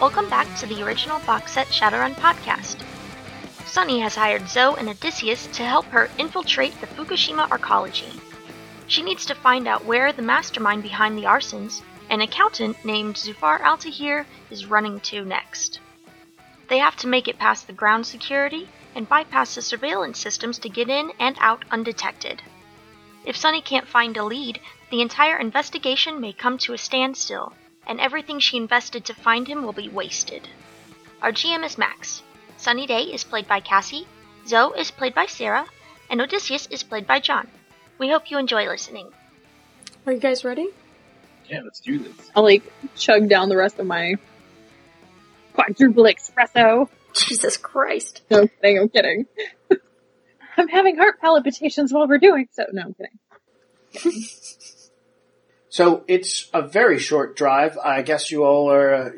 Welcome back to the original box set Shadowrun podcast. Sunny has hired Zoe and Odysseus to help her infiltrate the Fukushima arcology. She needs to find out where the mastermind behind the arsons, an accountant named Zufar Altahir, is running to next. They have to make it past the ground security and bypass the surveillance systems to get in and out undetected. If Sunny can't find a lead, the entire investigation may come to a standstill, and everything she invested to find him will be wasted. Our GM is Max. Sunny Day is played by Cassie, Zoe is played by Sarah, and Odysseus is played by John. We hope you enjoy listening. Are you guys ready? Yeah, let's do this. I'll like chug down the rest of my quadruple espresso. Jesus Christ. No I'm kidding, I'm kidding. I'm having heart palpitations while we're doing so. No, I'm kidding. So it's a very short drive. I guess you all are uh,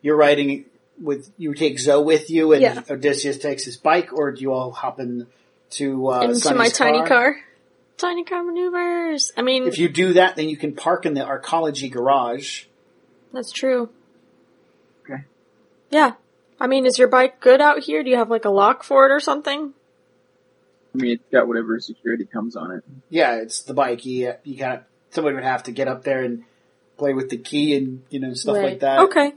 you're riding with you take Zoe with you, and Yeah. Odysseus takes his bike, or do you all hop in to uh, Into Sunny's my tiny car. Tiny car maneuvers. I mean, If you do that, then you can park in the arcology garage. that's true. Okay. Yeah. I mean, is your bike good out here? Do you have like a lock for it or something? I mean, it's got whatever security comes on it. Yeah, it's the bike. You, you got somebody would have to get up there and play with the key and you know stuff like that. Okay.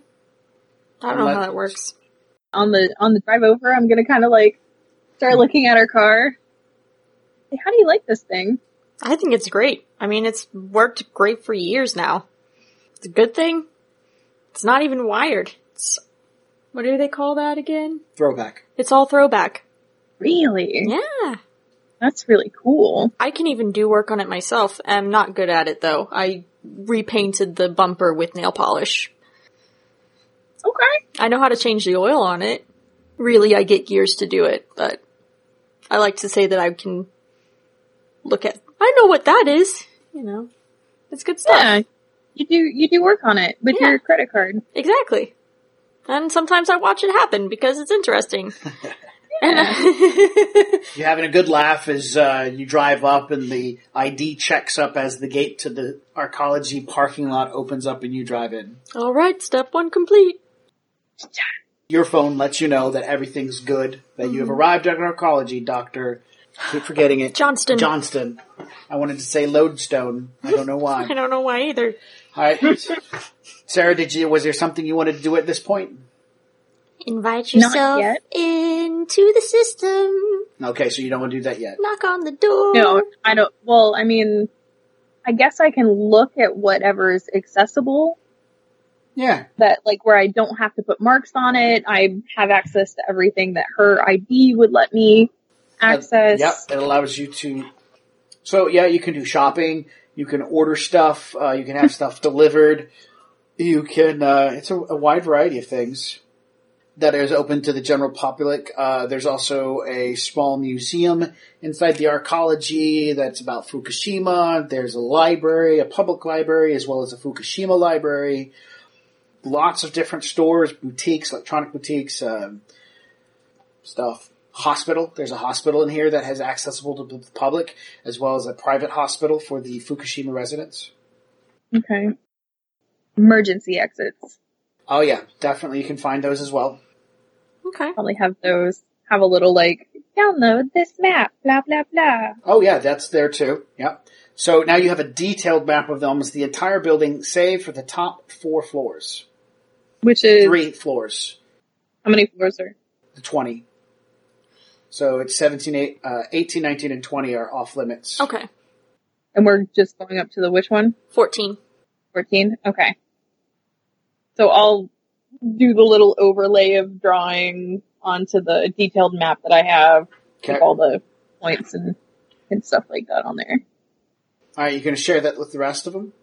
I don't know Unless- how that works. On the on the drive over, I'm gonna kind of like start looking at her car. Hey, how do you like this thing? I think it's great. I mean, it's worked great for years now. It's a good thing. It's not even wired. It's, what do they call that again? Throwback. It's all throwback. Really? Yeah. That's really cool. I can even do work on it myself. I'm not good at it though. I repainted the bumper with nail polish. Okay. I know how to change the oil on it. Really, I get gears to do it, but I like to say that I can look at, I know what that is. You know, it's good stuff. Yeah. You do you do work on it with Yeah. your credit card. Exactly. And sometimes I watch it happen because it's interesting. And You're having a good laugh as uh, you drive up, and the ID checks up as the gate to the arcology parking lot opens up, and you drive in. all right, step one complete. your phone lets you know that everything's good, that you have Mm-hmm. arrived at oncology, Doctor. Keep forgetting it. Johnston. Johnston. I wanted to say Lodestone. I don't know why. I don't know why either. All right. Sarah, did you, was there something you wanted to do at this point? Invite Not yourself yet. into the system. Okay, so you don't want to do that yet. Knock on the door. Uh-huh. No, I don't. Well, I mean, I guess I can look at whatever is accessible Yeah. that like where I don't have to put marks on it. I have access to everything that her ID would let me access. Uh, Yep, it allows you to. So yeah, you can do shopping. You can order stuff. Uh, you can have stuff delivered. You can. Uh, it's a, a wide variety of things that is open to the general public. Uh, there's also a small museum inside the arcology that's about Fukushima. There's a library, a public library, as well as a Fukushima library. Lots of different stores, boutiques, electronic boutiques. Um, stuff. Hospital. There's a hospital in here that has accessible to the public, as well as a private hospital for the Fukushima residents. Okay. Emergency exits. Oh yeah, definitely you can find those as well. Okay. Probably have those. Have a little like download this map. Blah blah blah. Oh yeah, that's there too. Yep. So now you have a detailed map of almost the entire building, save for the top four floors. Which is Three floors. how many floors are? The 20. So it's 17, eight- uh, 18, 19, and 20 are off limits. Okay. And we're just going up to the which one? 14. 14? Okay. So I'll do the little overlay of drawing onto the detailed map that I have Okay. with all the points and, and stuff like that on there. Alright, you gonna share that with the rest of them?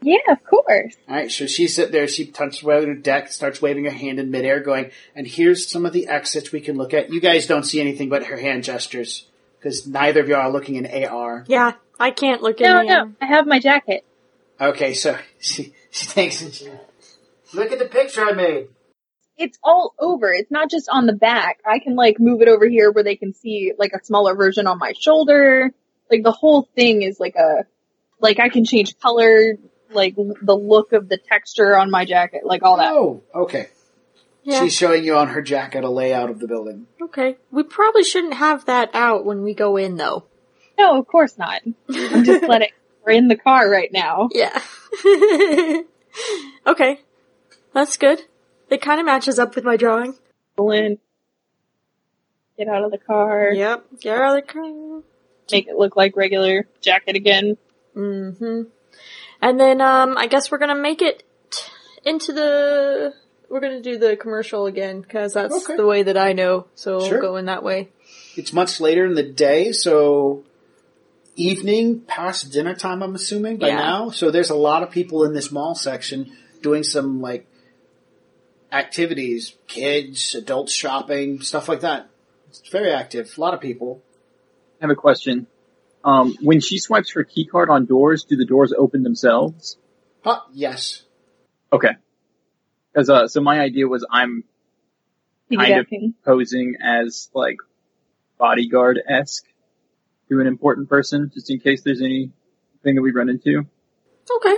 Yeah, of course. All right, so she's sitting there. She touches waving her deck, starts waving her hand in midair, going, "And here's some of the exits we can look at. You guys don't see anything but her hand gestures because neither of y'all are looking in AR." Yeah, I can't look No, in the no, I have my jacket. Okay, so she she takes and she look at the picture I made. It's all over. It's not just on the back. I can like move it over here where they can see like a smaller version on my shoulder. Like the whole thing is like a, like I can change color, like the look of the texture on my jacket, like all that. Oh, okay. Yeah. She's showing you on her jacket a layout of the building. okay. We probably shouldn't have that out when we go in though. No, of course not. I'm just letting. We're in the car right now. Yeah. okay. That's good. It kind of matches up with my drawing. Lynn, get out of the car. Yep. Get out of the car. Make it look like regular jacket again. hmm And then, um, I guess we're gonna make it into the, we're gonna do the commercial again, cause that's Okay. the way that I know, so Sure. we'll go in that way. It's much later in the day, so evening past dinner time, I'm assuming by Yeah. now. So there's a lot of people in this mall section doing some like activities, kids, adult shopping, stuff like that. It's very active. A lot of people. I have a question. Um, when she swipes her key card on doors, do the doors open themselves? Ah, yes. Okay. Cause, uh, so my idea was I'm Kind of. Piggybacking. posing as like bodyguard-esque to an important person just in case there's anything that we run into. Okay.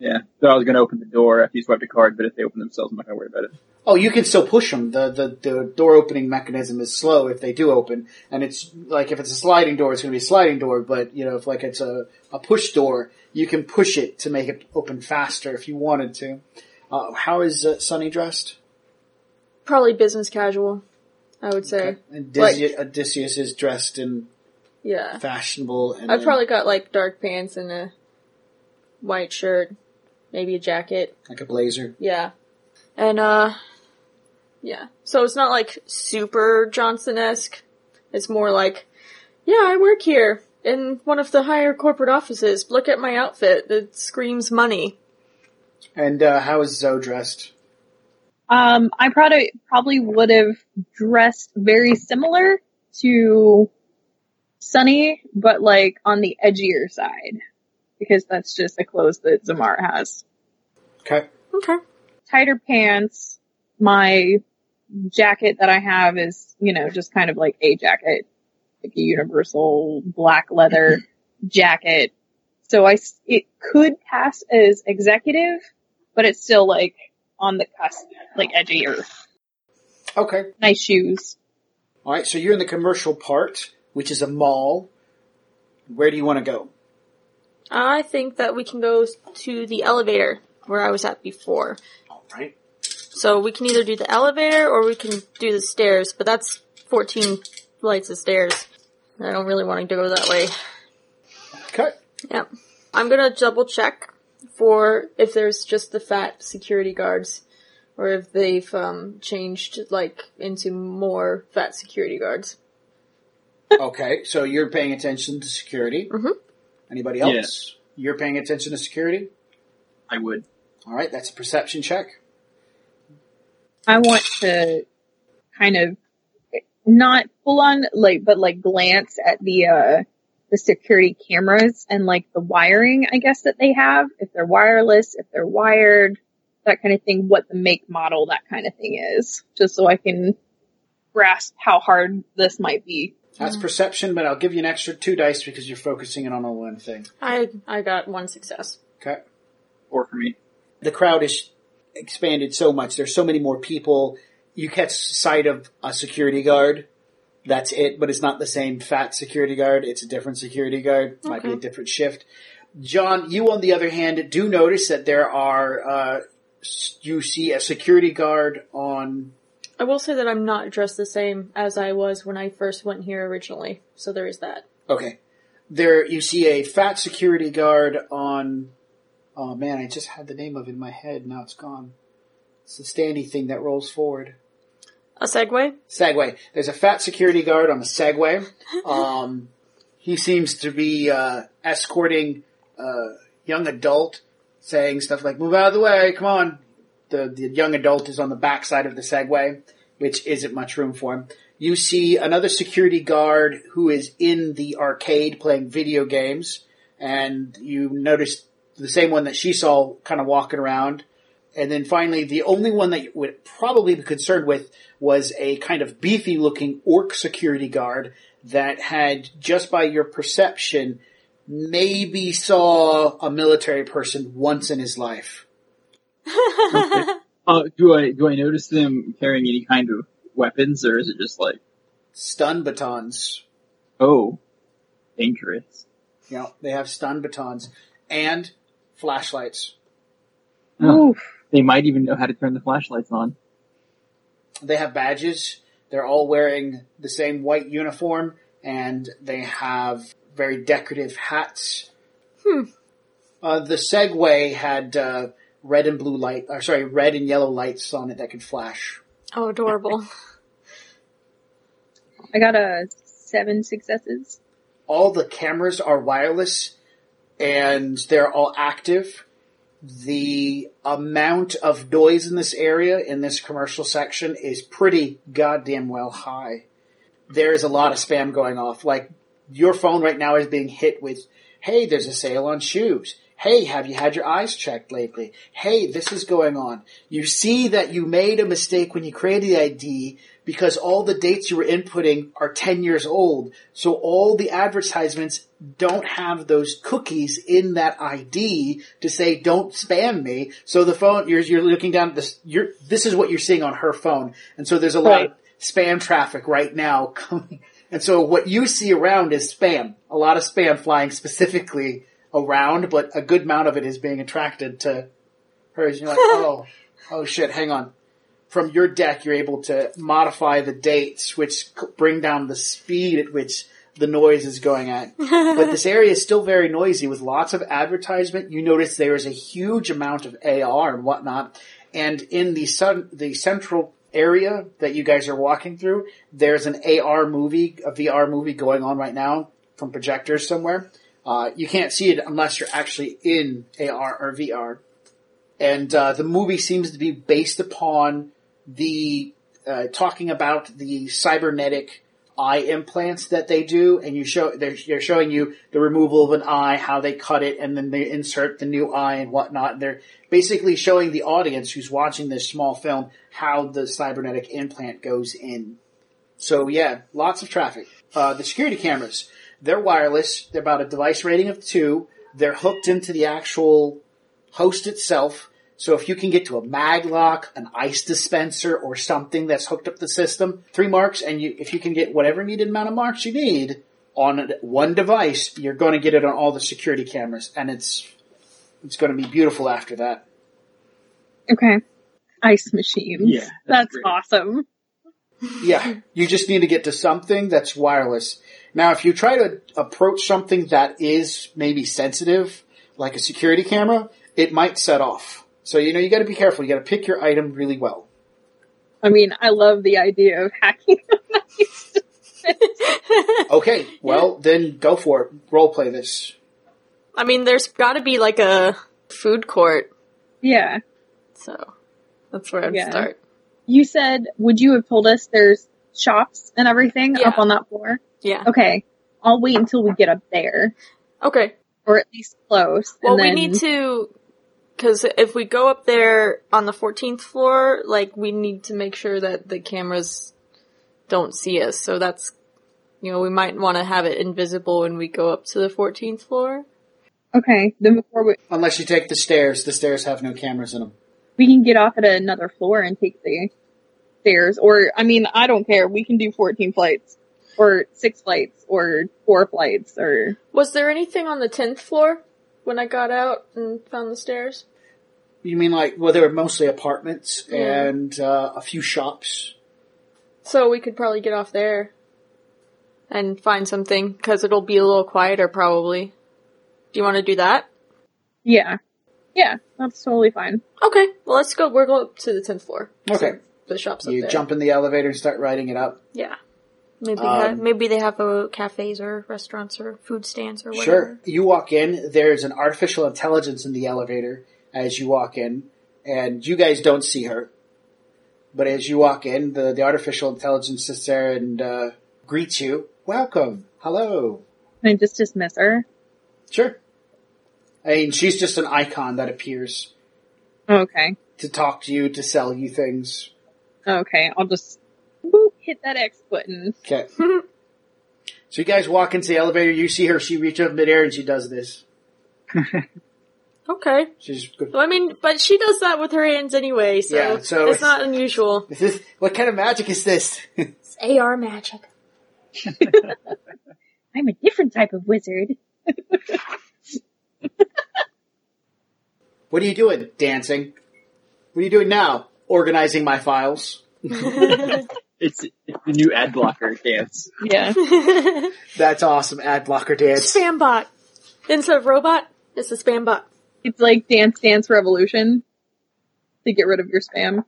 Yeah. So I was gonna open the door after you swipe the card, but if they open themselves, I'm not gonna worry about it. Oh, you can still push them. The, the the door opening mechanism is slow if they do open, and it's like if it's a sliding door, it's going to be a sliding door. But you know, if like it's a, a push door, you can push it to make it open faster if you wanted to. Uh, how is uh, Sunny dressed? Probably business casual, I would say. And Like- Odysseus, Odysseus is dressed in Yeah. fashionable. And I've probably got like dark pants and a white shirt, maybe a jacket. like a blazer. Yeah. And, uh, yeah. So it's not like super Johnson-esque. It's more like, yeah, I work here in one of the higher corporate offices. Look at my outfit. It screams money. And uh, how is Zoe dressed? Um, I probably probably would have dressed very similar to Sunny, but like on the edgier side, because that's just the clothes that Zamar has. Okay. Okay. Tighter pants. My jacket that I have is, you know, just kind of like a jacket, like a universal black leather jacket. So I, s- it could pass as executive, but it's still like on the cusp, like edgier. Okay. nice shoes. All right. So you're in the commercial part, which is a mall. Where do you want to go? I think that we can go to the elevator where I was at before. All right. So we can either do the elevator or we can do the stairs, but that's 14 flights of stairs. I don't really want to go that way. Okay. Yep. I'm gonna double check for if there's just the fat security guards, or if they've um, changed like into more fat security guards. okay. So you're paying attention to security. Mhm. Anybody else? Yeah. You're paying attention to security. I would. All right. That's a perception check. I want to kind of not full on like, but like glance at the, uh, the security cameras and like the wiring, I guess that they have, if they're wireless, if they're wired, that kind of thing, what the make model, that kind of thing is, just so I can grasp how hard this might be. That's perception, but I'll give you an extra two dice because you're focusing in on a one thing. I I got one success. Okay. Or for me. the crowd is expanded so much. There's so many more people. You catch sight of a security guard. That's it, but it's not the same fat security guard. It's a different security guard. Might be a Okay. different shift. John, you on the other hand do notice that there are, uh, s- you see a security guard on, I will say that I'm not dressed the same as I was when I first went here originally, so there is that. okay. There, you see a fat security guard on, oh man, I just had the name of it in my head. Now it's gone. It's the standy thing that rolls forward. A segue. Segway. There's a fat security guard on a Segway. Um, he seems to be uh, escorting a young adult, saying stuff like "Move out of the way, come on." The the young adult is on the backside of the Segway, which isn't much room for him. You see another security guard who is in the arcade playing video games, and you notice the same one that she saw kind of walking around. And then finally, the only one that you would probably be concerned with was a kind of beefy looking orc security guard that had, just by your perception, maybe saw a military person once in his life. Uh, do I do I notice them carrying any kind of weapons, or is it just like, Stun batons. oh, dangerous? You know, they have stun batons and flashlights. Oh, Oof. they might even know how to turn the flashlights on. They have badges. They're all wearing the same white uniform and they have very decorative hats. Hmm. Uh, the Segway had uh, red and blue light, or sorry, red and yellow lights on it that could flash. Oh, adorable. I got a seven successes. all the cameras are wireless and they're all active. The amount of noise in this area in this commercial section is pretty goddamn well high. There is a lot of spam going off. Like your phone right now is being hit with, "Hey, there's a sale on shoes." Hey, have you had your eyes checked lately? Hey, this is going on. You see that you made a mistake when you created the ID because all the dates you were inputting are 10 years old. So all the advertisements don't have those cookies in that ID to say don't spam me. So the phone, you're, you're looking down at this, you're, this is what you're seeing on her phone. And so there's a lot Right. of spam traffic right now coming. And so what you see around is spam. A lot of spam flying specifically around, but a good amount of it is being attracted to hers. You're like, oh, oh shit, hang on from your deck, you're able to modify the dates, which c- bring down the speed at which the noise is going at. but this area is still very noisy with lots of advertisement. You notice there is a huge amount of AR and whatnot. And in the sun, the central area that you guys are walking through, there's an AR movie, a VR movie going on right now from projectors somewhere. Uh, you can't see it unless you're actually in AR or VR. And uh, the movie seems to be based upon the uh, talking about the cybernetic eye implants that they do, and you show they're, they're showing you the removal of an eye, how they cut it, and then they insert the new eye and whatnot. They're basically showing the audience who's watching this small film how the cybernetic implant goes in. So yeah, lots of traffic. Uh, the security cameras, they're wireless. They're about a device rating of two. They're hooked into the actual host itself. So if you can get to a maglock, an ice dispenser, or something that's hooked up the system, three marks, and you, if you can get whatever needed amount of marks you need on one device, you're going to get it on all the security cameras, and it's it's going to be beautiful after that. Okay. Ice machines. Yeah, that's That's, great. awesome. Yeah, you just need to get to something that's wireless. Now, if you try to approach something that is maybe sensitive, like a security camera, it might set off. So you know you got to be careful. You got to pick your item really well. I mean, I love the idea of hacking. Okay, well then go for it. Role play this. I mean, there's gotta be like a food court, yeah. so that's where I'd Yeah. start. You said, would you have told us there's shops and everything Yeah. up on that floor? Yeah. Okay. I'll wait until we get up there. Okay. Or at least close. Well, and we then, need to, because if we go up there on the 14th floor, like, we need to make sure that the cameras don't see us. So that's, you know, we might want to have it invisible when we go up to the 14th floor. Okay. Then before we, Unless you take the stairs, the stairs have no cameras in them. we can get off at another floor and take the stairs. Or, I mean, I don't care. We can do 14 flights or six flights or four flights or, Was there anything on the 10th floor when I got out and found the stairs? You mean like well, they were mostly apartments Yeah. and uh, a few shops. So we could probably get off there and find something, because it'll be a little quieter probably. Do you want to do that? yeah. Yeah. That's totally fine. Okay, well, let's go. We're going up to the 10th floor. Okay, The shop's up you there. jump in the elevator and start writing it up. Yeah. Maybe Um, ha- maybe they have a cafes or restaurants or food stands or whatever. Sure. You walk in. There's an artificial intelligence in the elevator as you walk in, and you guys don't see her. But as you walk in, the, the artificial intelligence sits there and uh, greets you. Welcome. Hello. Can I just dismiss her? Sure. I mean, she's just an icon that appears Okay. to talk to you, to sell you things. Okay. I'll just boop, hit that X button. Okay. so you guys walk into the elevator, you see her, she reaches up midair and she does this. Okay. She's good. Well, I mean, but she does that with her hands anyway, so, Yeah, so it's, it's- not unusual. This is, what kind of magic is this? It's AR magic. I'm a different type of wizard. what are you doing? Dancing. What are you doing now? Organizing my files. It's, it's the new ad blocker dance. Yeah. spam That's awesome. Ad blocker dance. bot. Instead of robot, it's a spam bot. It's like Dance Dance Revolution to get rid of your spam.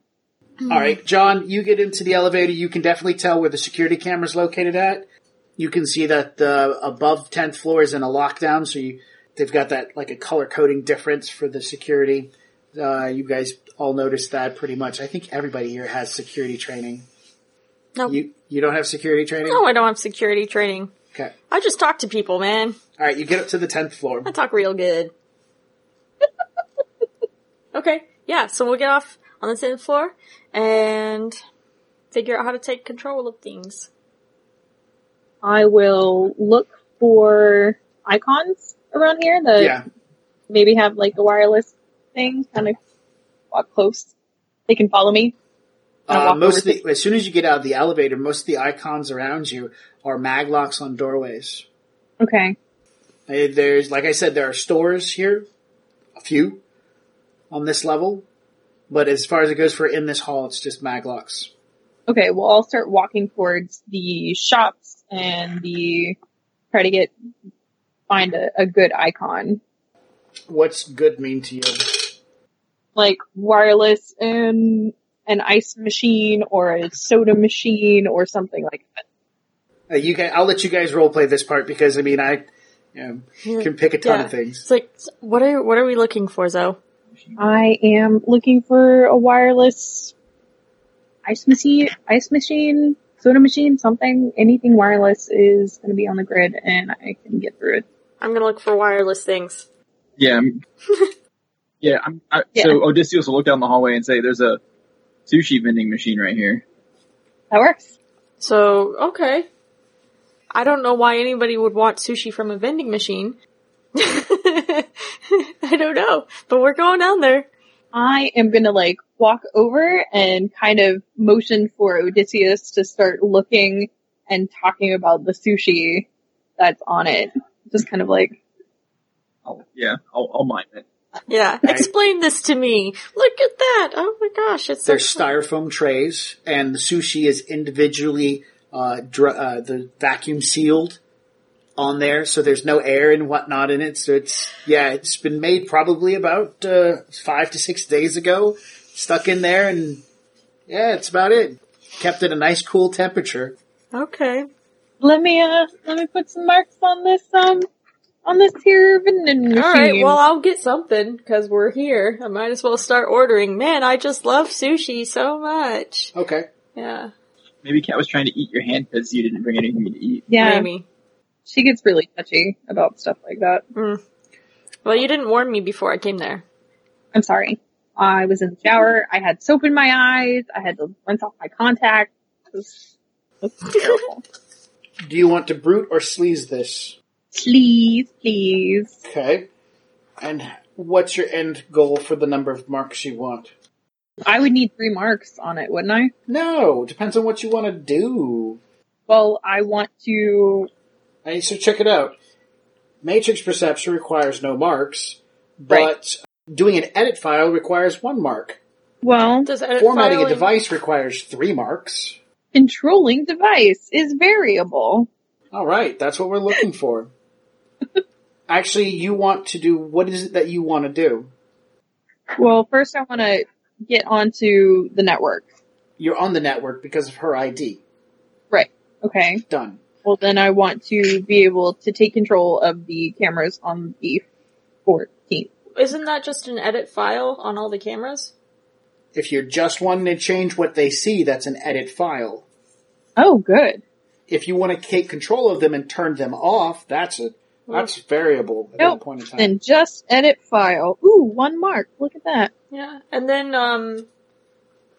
All right, John, you get into the elevator. You can definitely tell where the security camera's located at. You can see that the above 10th floor is in a lockdown, so you, they've got that like a color coding difference for the security. Uh, you guys all noticed that pretty much. I think everybody here has security training. No. You you don't have security training? No, I don't have security training. Okay. I just talk to people, man. All right, you get up to the 10th floor. I talk real good. okay, yeah, so we'll get off on the 10th floor and figure out how to take control of things. I will look for icons around here that Yeah. maybe have like a wireless thing, kind of walk close. They can follow me. I'll Uh, walk most of over to- the, as soon as you get out of the elevator, most of the icons around you are maglocks on doorways. Okay. Uh, There's, like I said, there are stores here, a few on this level, but as far as it goes for in this hall, it's just maglocks. Okay, well I'll start walking towards the shops and the try to get find a, a good icon. What's good mean to you? Like wireless and an ice machine or a soda machine or something like that. Uh, you guys, I'll let you guys role play this part because I mean I you know, can pick a ton Yeah. of things. It's like, what are what are we looking for, Zoe? I am looking for a wireless ice machine, ice machine, soda machine, something, anything wireless is going to be on the grid and I can get through it. I'm gonna look for wireless things. Yeah. I'm- yeah, I'm, I, Yeah. So Odysseus will look down the hallway and say, "There's a sushi vending machine right here." That works. So, okay. I don't know why anybody would want sushi from a vending machine. I don't know, but we're going down there. I am going to like walk over and kind of motion for Odysseus to start looking and talking about the sushi that's on it. Just kind of like, I'll, yeah, I'll, I'll mime it. Yeah, Right. explain this to me. Look at that. Oh my gosh, it's so There's styrofoam trays, and the sushi is individually uh, dr- uh, the vacuum sealed on there, so there's no air and whatnot in it. So it's yeah, it's been made probably about uh, five to six days ago, stuck in there, and yeah, it's about it. Kept at a nice cool temperature. Okay. let me, uh, let me put some marks on this, um, on this here vending machine. All right. Well, I'll get something because we're here. I might as well start ordering. Man, I just love sushi so much. Okay, Yeah. Maybe Cat was trying to eat your hand because you didn't bring anything to eat. yeah. Maybe. She gets really touchy about stuff like that. Well, you didn't warn me before I came there. I'm sorry. I was in the shower. I had soap in my eyes. I had to rinse off my contact. It was, it was terrible. do you want to brute or sleaze this? please, please. Okay, and what's your end goal for the number of marks you want? I would need three marks on it, wouldn't I? No, depends on what you want to do. Well, I want to. Hey, so check it out. Matrix perception requires no marks, but Right. doing an edit file requires one mark. Well, Does edit Formatting filing- a device requires three marks. controlling device is variable. All right, that's what we're looking for. Actually, you want to do what is it that you want to do? Well, first I want to get onto the network. You're on the network because of her ID. Right. Okay. Done. Well, then I want to be able to take control of the cameras on the 14th. Isn't that just an edit file on all the cameras? If you're just wanting to change what they see, that's an edit file. Oh, good. If you want to take control of them and turn them off, that's a that's variable at Nope. that point in time. Then just edit file. Ooh, one mark. Look at that. Yeah. And then, um,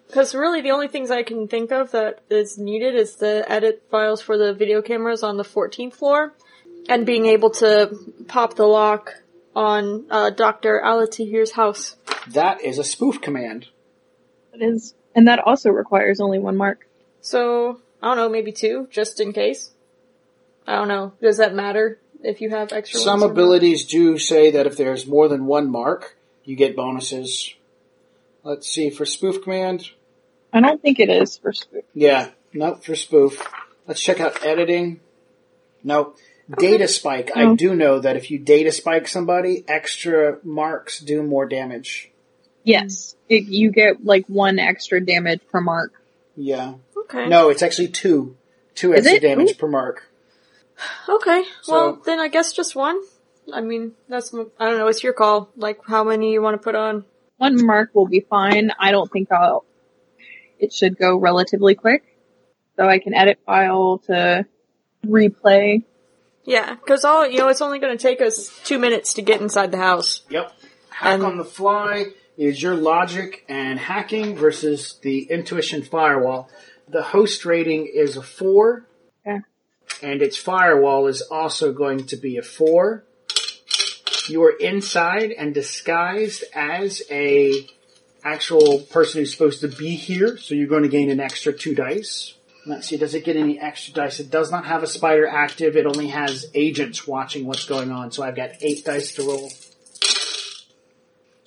because really the only things I can think of that is needed is the edit files for the video cameras on the 14th floor and being able to pop the lock on uh, Dr. Alatihir's house. That is a spoof command. It is, and that also requires only one mark. So, I don't know, maybe two, just in case. I don't know. Does that matter if you have extra Some ones or not? abilities do say that if there's more than one mark, you get bonuses. Let's see for spoof command. I don't think it is for spoof. Yeah, nope for spoof. Let's check out editing. No. Data spike. I No. do know that if you data spike somebody, extra marks do more damage. Yes, it, you get like one extra damage per mark. Yeah. Okay. No, it's actually two. Two Is extra it? damage Ooh. per mark. Okay. Well, So- then I guess just one. I mean, that's m- I don't know. It's your call. Like how many you want to put on. One mark will be fine. I don't think I'll. It should go relatively quick, so I can edit file to replay. Yeah, because all you know, it's only going to take us two minutes to get inside the house. Yep. Hack And- on the fly is your logic and hacking versus the intuition firewall. The host rating is a four. Okay. And its firewall is also going to be a four. You are inside and disguised as a actual person who's supposed to be here, so you're going to gain an extra two dice. Let's see, does it get any extra dice? It does not have a spider active, it only has agents watching what's going on, so I've got eight dice to roll.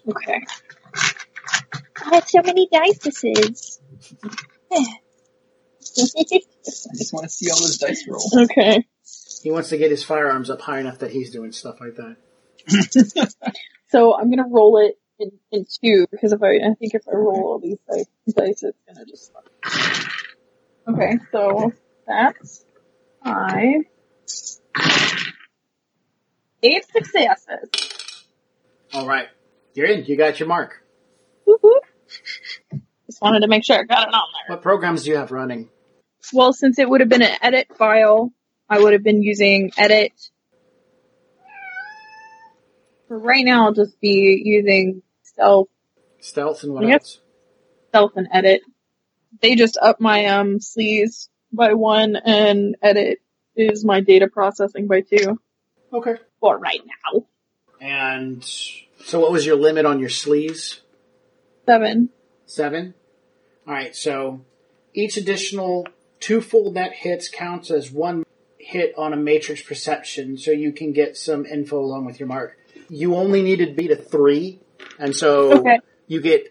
Okay. I have so many dices. I just want to see all those dice roll. Okay. He wants to get his firearms up high enough that he's doing stuff like that. So I'm gonna roll it in, in two because if I, I think if I roll all these dice, dice it's gonna just. Okay, so that's five. Eight successes. All right, you're in. You got your mark. Whoop, whoop. Just wanted to make sure I got it on there. What programs do you have running? Well, since it would have been an edit file, I would have been using edit. For right now, I'll just be using self, Stealth and what Yep. else? self and edit. They just up my, um, sleeves by one and edit is my data processing by two Okay. for right now. And so, what was your limit on your sleeves? Seven. Seven. All right. So each additional two full net hits counts as one hit on a matrix perception, so you can get some info along with your mark. You only needed to beat a three, and so Okay. you get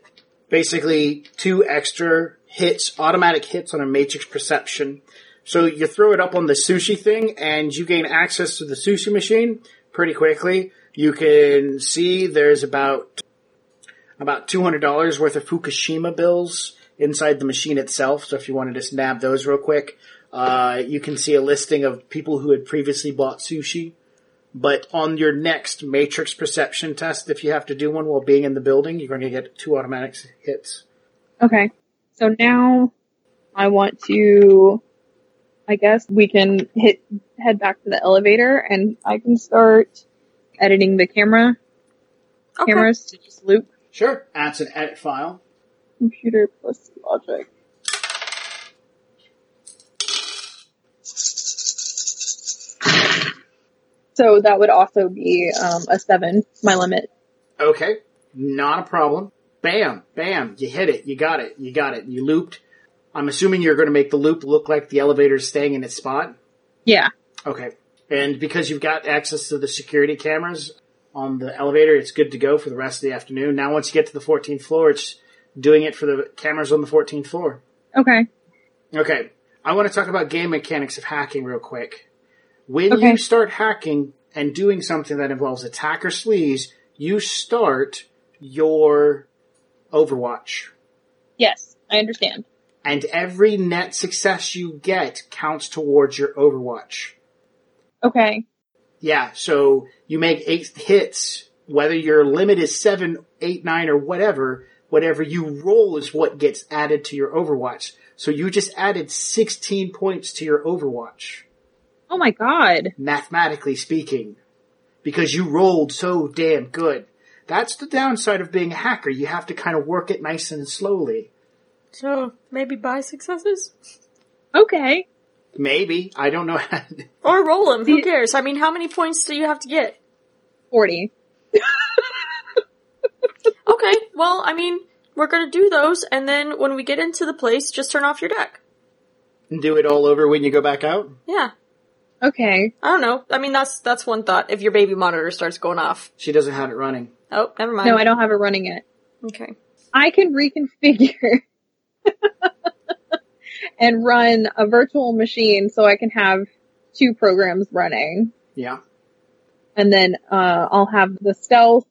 basically two extra hits, automatic hits on a matrix perception. So you throw it up on the sushi thing, and you gain access to the sushi machine pretty quickly. You can see there's about about two hundred dollars worth of Fukushima bills inside the machine itself. So if you want to just nab those real quick, uh, you can see a listing of people who had previously bought sushi. But on your next matrix perception test, if you have to do one while being in the building, you're going to get two automatic s- hits. Okay. So now I want to, I guess we can hit, head back to the elevator and I can start editing the camera, Okay. cameras to just loop Sure, that's an edit file. computer plus logic. So that would also be um, a seven, my limit. Okay, not a problem. Bam, bam, you hit it, you got it, you got it, you looped. I'm assuming you're going to make the loop look like the elevator's staying in its spot. Yeah. Okay. And because you've got access to the security cameras on the elevator, it's good to go for the rest of the afternoon. Now, once you get to the 14th floor, it's doing it for the cameras on the 14th floor. Okay. Okay. I want to talk about game mechanics of hacking real quick. When Okay. you start hacking and doing something that involves attack or sleaze, you start your Overwatch. Yes, I understand. And every net success you get counts towards your Overwatch. Okay. Yeah, so you make eight hits, whether your limit is seven, eight, nine, or whatever, whatever you roll is what gets added to your Overwatch. So you just added 16 points to your Overwatch, Oh my god. mathematically speaking, because you rolled so damn good. That's the downside of being a hacker. You have to kind of work it nice and slowly. So maybe buy successes Okay. Maybe. I don't know. or roll them. Who cares? I mean, how many points do you have to get? Forty. well, I mean, we're gonna do those, and then when we get into the place, just turn off your deck. And do it all over when you go back out? Yeah. Okay. I don't know. I mean, that's that's one thought. If your baby monitor starts going off. She doesn't have it running. Oh, never mind. No, I don't have it running it. Okay. I can reconfigure and run a virtual machine so I can have two programs running. Yeah. And then, uh, I'll have the stealth,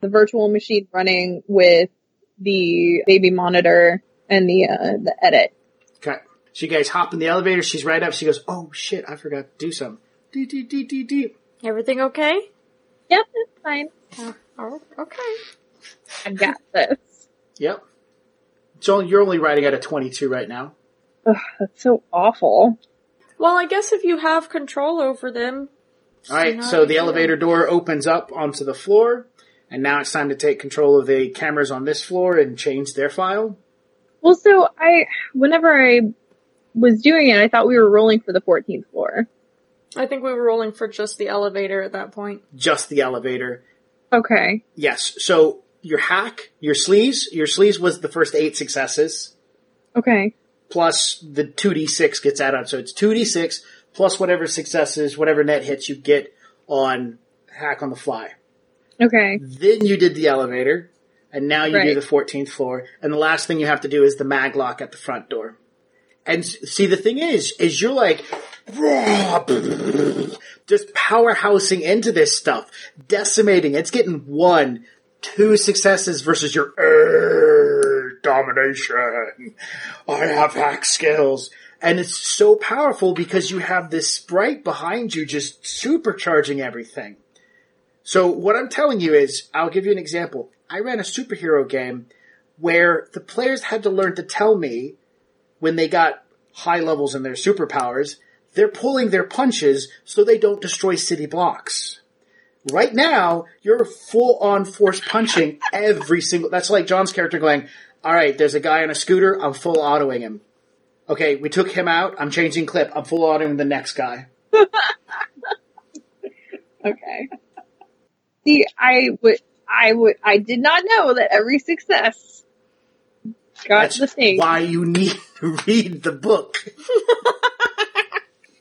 the virtual machine running with the baby monitor and the, uh, the edit. Okay. So you guys hop in the elevator. She's right up. She goes, "Oh shit, I forgot to do something." Do do do do do. Everything okay? Yep, that's fine. Oh, okay. I got this. Yep. It's only you're only riding at a 22 right now. Ugh, that's so awful. Well, I guess if you have control over them. All right. know so what the you do. elevator door opens up onto the floor, and now it's time to take control of the cameras on this floor and change their file. Well, so I, whenever I was doing it, I thought we were rolling for the 14th floor. I think we were rolling for just the elevator at that point. Just the elevator. Okay. Yes. So your hack, your sleaze, your sleaze was the first eight successes. Okay. plus the 2d6 gets added on. So it's 2d6 plus whatever successes, whatever net hits you get on Hack on the Fly. Okay. Then you did the elevator, and now you do Right. the 14th floor. And the last thing you have to do is the mag lock at the front door. And s- see, the thing is, is you're like, just powerhousing into this stuff, decimating. It's getting one, two successes versus your "Err, domination. I have hack skills. And it's so powerful because you have this sprite behind you just supercharging everything. So what I'm telling you is, I'll give you an example. I ran a superhero game where the players had to learn to tell me when they got high levels in their superpowers, they're pulling their punches so they don't destroy city blocks. Right now, you're full on force punching every single, that's like John's character going, alright, there's a guy on a scooter, I'm full autoing him. Okay, we took him out, I'm changing clip, I'm full autoing the next guy. Okay. See, I would, I would, I did not know that every success got That's the thing. why you need to read the book.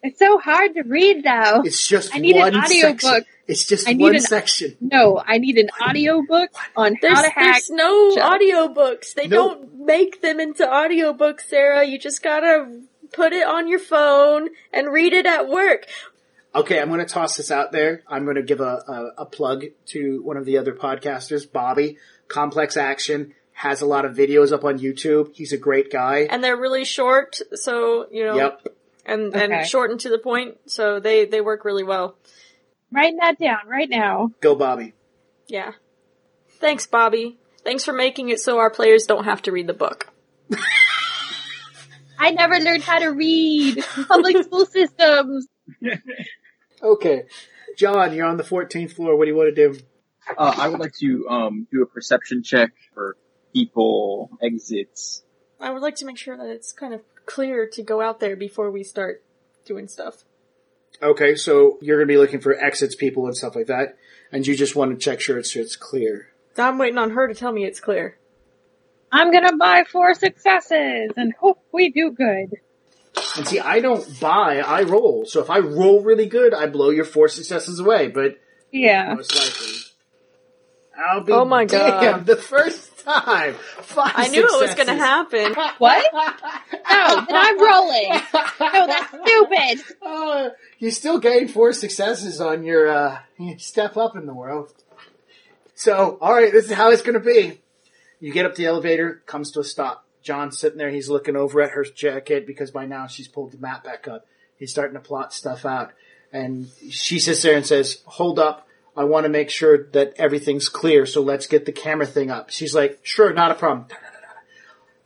It's so hard to read though. It's just I need an one section. audiobook. It's just I need one an- section. No, I need an audiobook on There's, how to hack. there's no shows. audiobooks. They No. don't make them into audiobooks, Sarah. You just gotta put it on your phone and read it at work. Okay, I'm going to toss this out there. I'm going to give a, a, a plug to one of the other podcasters, Bobby. Complex Action has a lot of videos up on YouTube. He's a great guy. And they're really short, so, you know, Yep. and, Okay. and short and to the point, so they, they work really well. Write that down right now. Go, Bobby. Yeah. Thanks, Bobby. Thanks for making it so our players don't have to read the book. I never learned how to read public school systems. Okay. John, you're on the 14th floor. What do you want to do? Uh, I would like to um, do a perception check for people, exits. I would like to make sure that it's kind of clear to go out there before we start doing stuff. Okay, so you're going to be looking for exits, people, and stuff like that. And you just want to check sure it's, it's clear. I'm waiting on her to tell me it's clear. I'm gonna buy four successes and hope we do good. And see, I don't buy, I roll. So if I roll really good, I blow your four successes away, but Yeah. most likely. I'll be Oh my God. damned, The first time, five I knew it was going to successes. happen. What? No, then I'm rolling. No, that's stupid. Uh, you still gained four successes on your uh, your step up in the world. So, all right, this is how it's going to be. You get up the elevator, comes to a stop. John's sitting there. He's looking over at her jacket because by now she's pulled the map back up. He's starting to plot stuff out, and she sits there and says, "Hold up." I want to make sure that everything's clear, so let's get the camera thing up. She's like, sure, not a problem.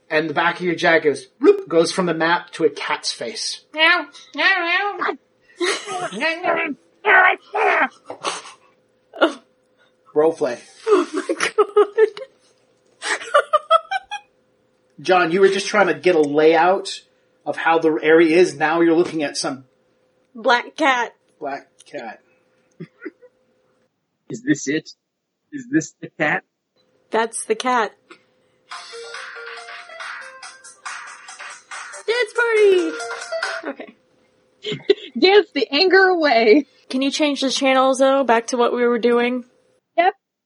And the back of your jacket goes, bloop, goes from the map to a cat's face. Role play. Oh my god. John, you were just trying to get a layout of how the area is. Now you're looking at some Black cat. black cat. Is this it? Is this the cat? That's the cat. Dance party! Okay. Dance the anger away. Can you change the channels though back to what we were doing?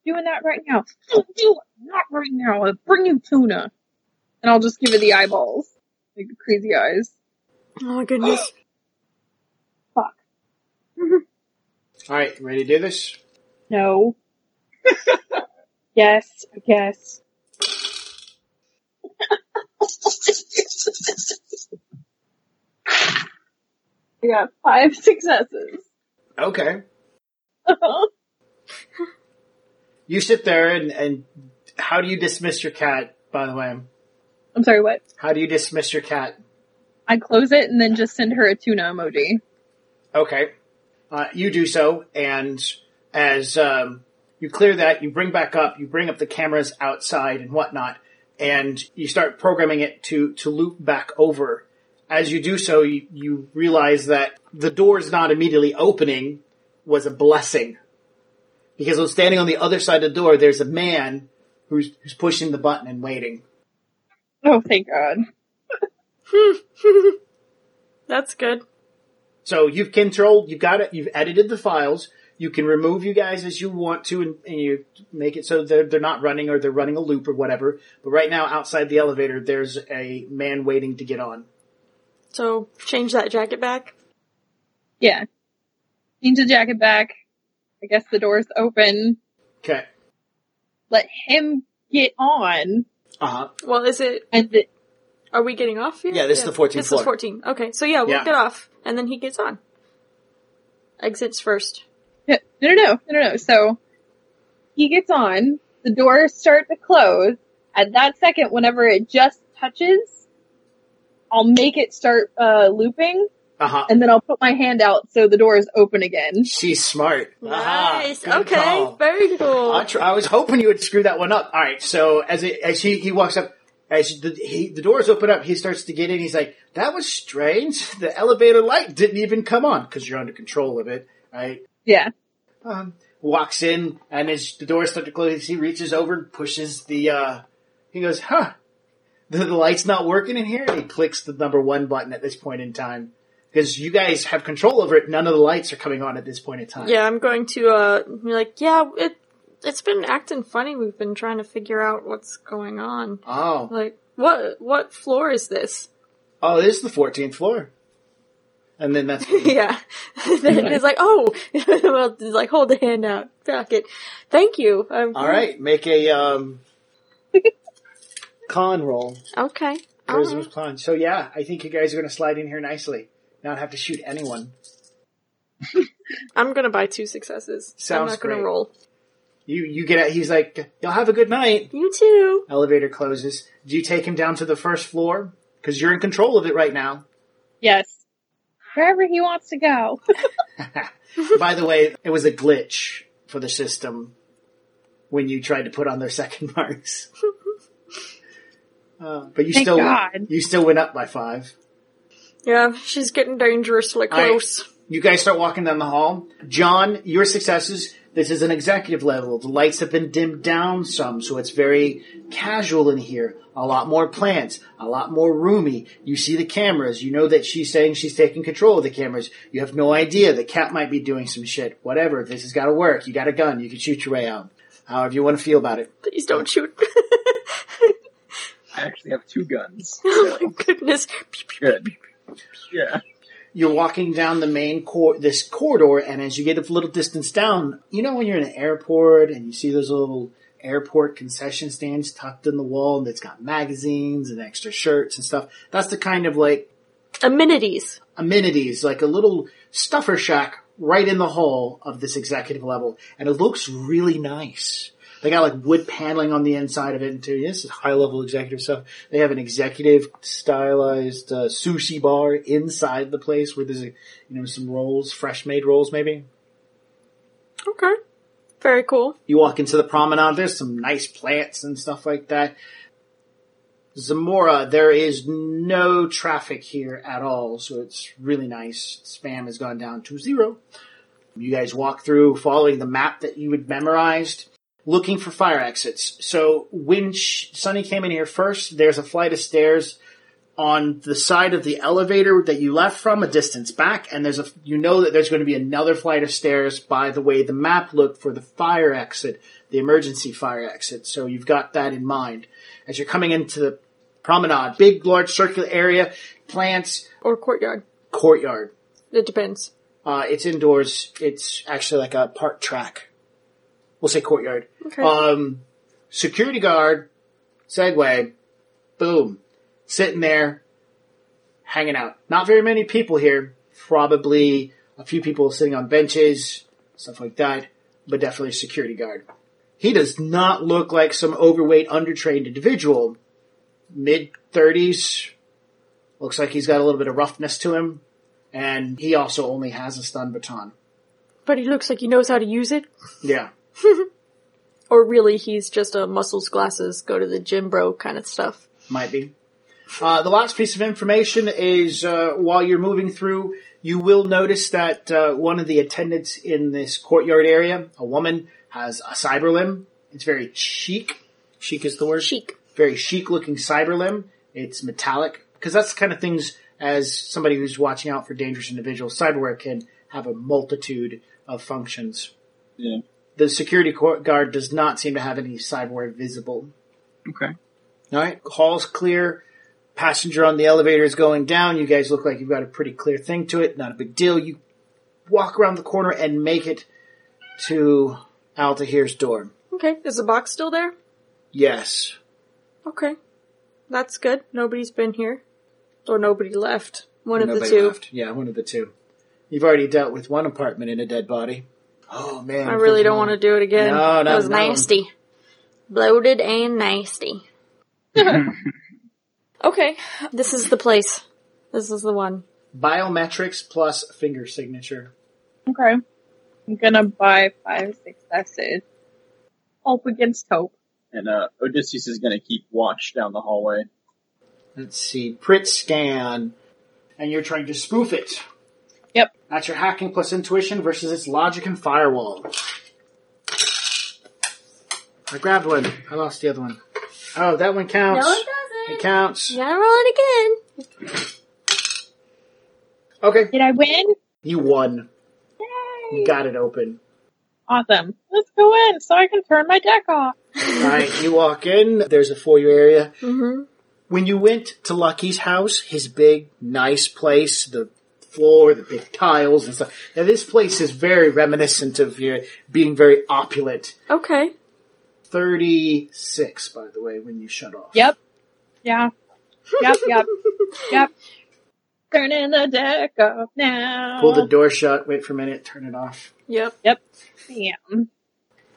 Doing that right now. Do it. Not right now. I'll bring you tuna. And I'll just give it the eyeballs. Like the crazy eyes. Oh my goodness. Fuck. All right, ready to do this? No. yes, I guess. I got five successes. Okay. You sit there and, and how do you dismiss your cat, by the way? I'm sorry, what? How do you dismiss your cat? I close it and then just send her a tuna emoji. Okay. Uh, you do so, and as um, you clear that, you bring back up, you bring up the cameras outside and whatnot, and you start programming it to, to loop back over. As you do so, you, you realize that the doors not immediately opening was a blessing. Because when standing on the other side of the door, there's a man who's, who's pushing the button and waiting. Oh, thank God. That's good. So you've controlled, you've got it, you've edited the files. You can remove you guys as you want to, and, and you make it so they're, they're not running or they're running a loop or whatever. But right now, outside the elevator, there's a man waiting to get on. So change that jacket back. Yeah. Change the jacket back. I guess the door's open. Okay. Let him get on. Uh huh. Well, is it? And th- Are we getting off here? Yeah, this is the 14th This floor. is fourteen. Okay, so yeah, we'll Yeah. get off, and then he gets on. Exits first. no, no, no, no, no. no. So he gets on. The doors start to close. At that second, whenever it just touches, I'll make it start uh, looping, Uh huh. and then I'll put my hand out so the doors open again. She's smart. Aha. Nice. Good okay. call. Very cool. I, tr- I was hoping you would screw that one up. All right. So as it, as he, he walks up, as the, he, the doors open up, he starts to get in. He's like, "That was strange. The elevator light didn't even come on because you're under control of it, right?" Yeah. um, walks in, and as the doors start to close, he reaches over and pushes the. Uh, he goes, "Huh, the, the light's not working in here." And he clicks the number one button at this point in time because you guys have control over it. None of the lights are coming on at this point in time. yeah, I'm going to uh be like, yeah, it it's been acting funny. We've been trying to figure out what's going on. Oh, Like, what what floor is this? oh, this is the fourteenth floor, and then that's yeah. then it's like, oh, well, it's like hold the hand out, back it. Thank you. Um, all right. Make a um, con roll. Okay. All Charisma's right. con. So yeah, I think you guys are going to slide in here nicely. Not have to shoot anyone. I'm gonna buy two successes. I'm Sounds not gonna great. roll. You you get out. He's like, "Y'all have a good night." You too. Elevator closes. Do you take him down to the first floor? Because you're in control of it right now. Yes. Wherever he wants to go. By the way, it was a glitch for the system when you tried to put on their second marks. Uh, but you Thank still God. you still went up by five. Yeah, she's getting dangerously All right. close. You guys start walking down the hall. John, your successes. This is an executive level. The lights have been dimmed down some, so it's very casual in here. A lot more plants, a lot more roomy. You see the cameras. You know that she's saying she's taking control of the cameras. You have no idea. The cat might be doing some shit. Whatever. This has got to work. You got a gun. You can shoot your way out. However you want to feel about it. Please don't shoot. I actually have two guns. oh So my goodness. good. Yeah. you're walking down the main cor- this corridor, and as you get a little distance down, you know when you're in an airport and you see those little airport concession stands tucked in the wall, and it's got magazines and extra shirts and stuff. That's the kind of like Amenities. amenities, like a little stuffer shack right in the hall of this executive level, and it looks really nice. They got like wood paneling on the inside of it, and too. This is high level executive stuff. They have an executive stylized uh, sushi bar inside the place where there's, a, you know, some rolls, fresh made rolls maybe. Okay. Very cool. You walk into the promenade, there's some nice plants and stuff like that. Zamora, there is no traffic here at all, so it's really nice. Spam has gone down to zero. You guys walk through following the map that you had memorized. looking for fire exits. So when sh- Sunny came in here first, there's a flight of stairs on the side of the elevator that you left from a distance back, and there's a you know that there's going to be another flight of stairs by the way the map looked for the fire exit, the emergency fire exit. So you've got that in mind as you're coming into the promenade, big large circular area, plants, Or courtyard. courtyard. It depends. Uh, it's indoors. It's actually like a park track. We'll say courtyard. Okay. Um, security guard, Segway, boom, sitting there, hanging out. Not very many people here. Probably a few people sitting on benches, stuff like that. But definitely a security guard. He does not look like some overweight, undertrained individual. Mid thirties. Looks like he's got a little bit of roughness to him. And he also only has a stun baton. but he looks like he knows how to use it. Yeah. Or really, he's just a muscles, glasses, go to the gym, bro kind of stuff. Might be. Uh, the last piece of information is uh, while you're moving through, you will notice that uh, one of the attendants in this courtyard area, a woman, has a cyber limb. It's very chic. Chic is the word. Chic. Very chic looking cyber limb. It's metallic. Because that's the kind of things, as somebody who's watching out for dangerous individuals, cyberware can have a multitude of functions. Yeah. The security court guard does not seem to have any cyberware visible. Okay. All right, hall's clear. Passenger on the elevator is going down. You guys look like you've got a pretty clear thing to it. Not a big deal. You walk around the corner and make it to Altahir's door. Okay, is the box still there? Yes. Okay. That's good. Nobody's been here. Or nobody left. One of the Nobody two. left. Yeah, one of the two. You've already dealt with one apartment in a dead body. Oh man. I really don't want to do it again. No, no, that was no. nasty. Bloated and nasty. okay, this is the place. This is the one. Biometrics plus finger signature. Okay. I'm gonna buy five successes. Hope against hope. And uh, Odysseus is gonna keep watch down the hallway. Let's see. Prit scan. And you're trying to spoof it. Yep. That's your hacking plus intuition versus its logic and firewall. I grabbed one. I lost the other one. Oh, that one counts. It doesn't. counts. You gotta roll it Okay. Did I win? You won. Yay! You got it open. Awesome. Let's go in so I can turn my deck off. Alright, you walk in. There's a foyer area. again. Mm-hmm. When you went to Lucky's house, his big, nice place, the floor, the big tiles and stuff. Now this place is very reminiscent of your being very opulent. Okay. 36, by the way, when you shut off. Yep. Yeah. Yep, yep, yep. Turning the deck off now. Pull the door shut, wait for a minute, turn it off. Yep. Damn.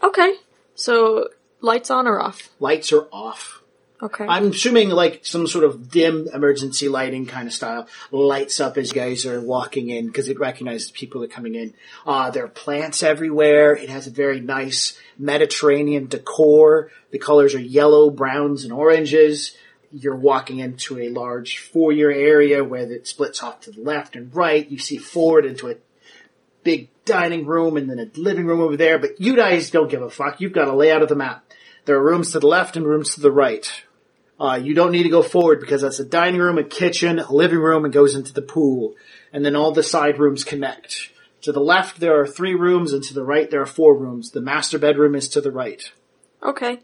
Okay. So, lights on or off? Lights are off. Okay. I'm assuming like some sort of dim emergency lighting kind of style lights up as guys are walking in because it recognizes people are coming in. Uh, there are plants everywhere. It has a very nice Mediterranean decor. The colors are yellow, browns, and oranges. You're walking into a large foyer area where it splits off to the left and right. You see forward into a big dining room and then a living room over there, but you guys don't give a fuck. You've got a layout of the map. There are rooms to the left and rooms to the right. Uh, you don't need to go forward because that's a dining room, a kitchen, a living room, and goes into the pool. And then all the side rooms connect. To the left, there are three rooms, and to the right, there are four rooms. The master bedroom is to the right. okay.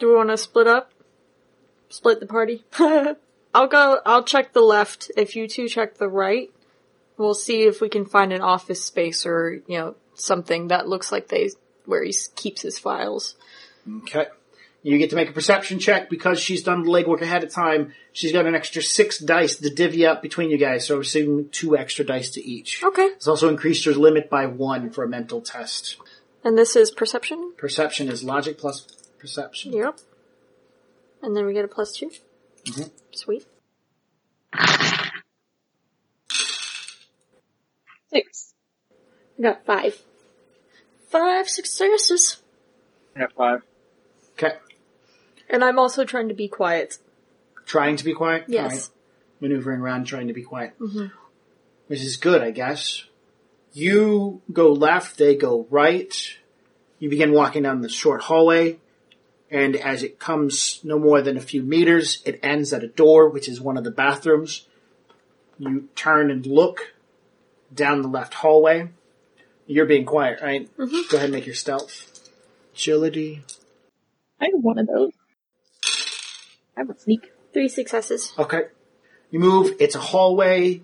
Do we want to split up? Split the party? I'll go, I'll check the left. If you two check the right, we'll see if we can find an office space or, you know, something that looks like they, where he s- keeps his files. Okay. You get to make a perception check because she's done the legwork ahead of time. She's got an extra six dice to divvy up between you guys, so I'm assuming two extra dice to each. Okay. It's also increased your limit by one for a mental test. And this is perception? Perception is logic plus perception. Yep. And then we get a plus 2 Sweet. Six. We got five. Five successes. I got five. Okay. And I'm also trying to be quiet. Trying to be quiet? Yes. maneuvering around trying to be quiet. Which is good, I guess. You go left, they go right. You begin walking down the short hallway, and as it comes no more than a few meters, it ends at a door, which is one of the bathrooms. You turn and look down the left hallway. You're being quiet, right? Go ahead and make your stealth. Agility. I have one of those. I have a sneak. Three successes. Okay. You move, it's a hallway.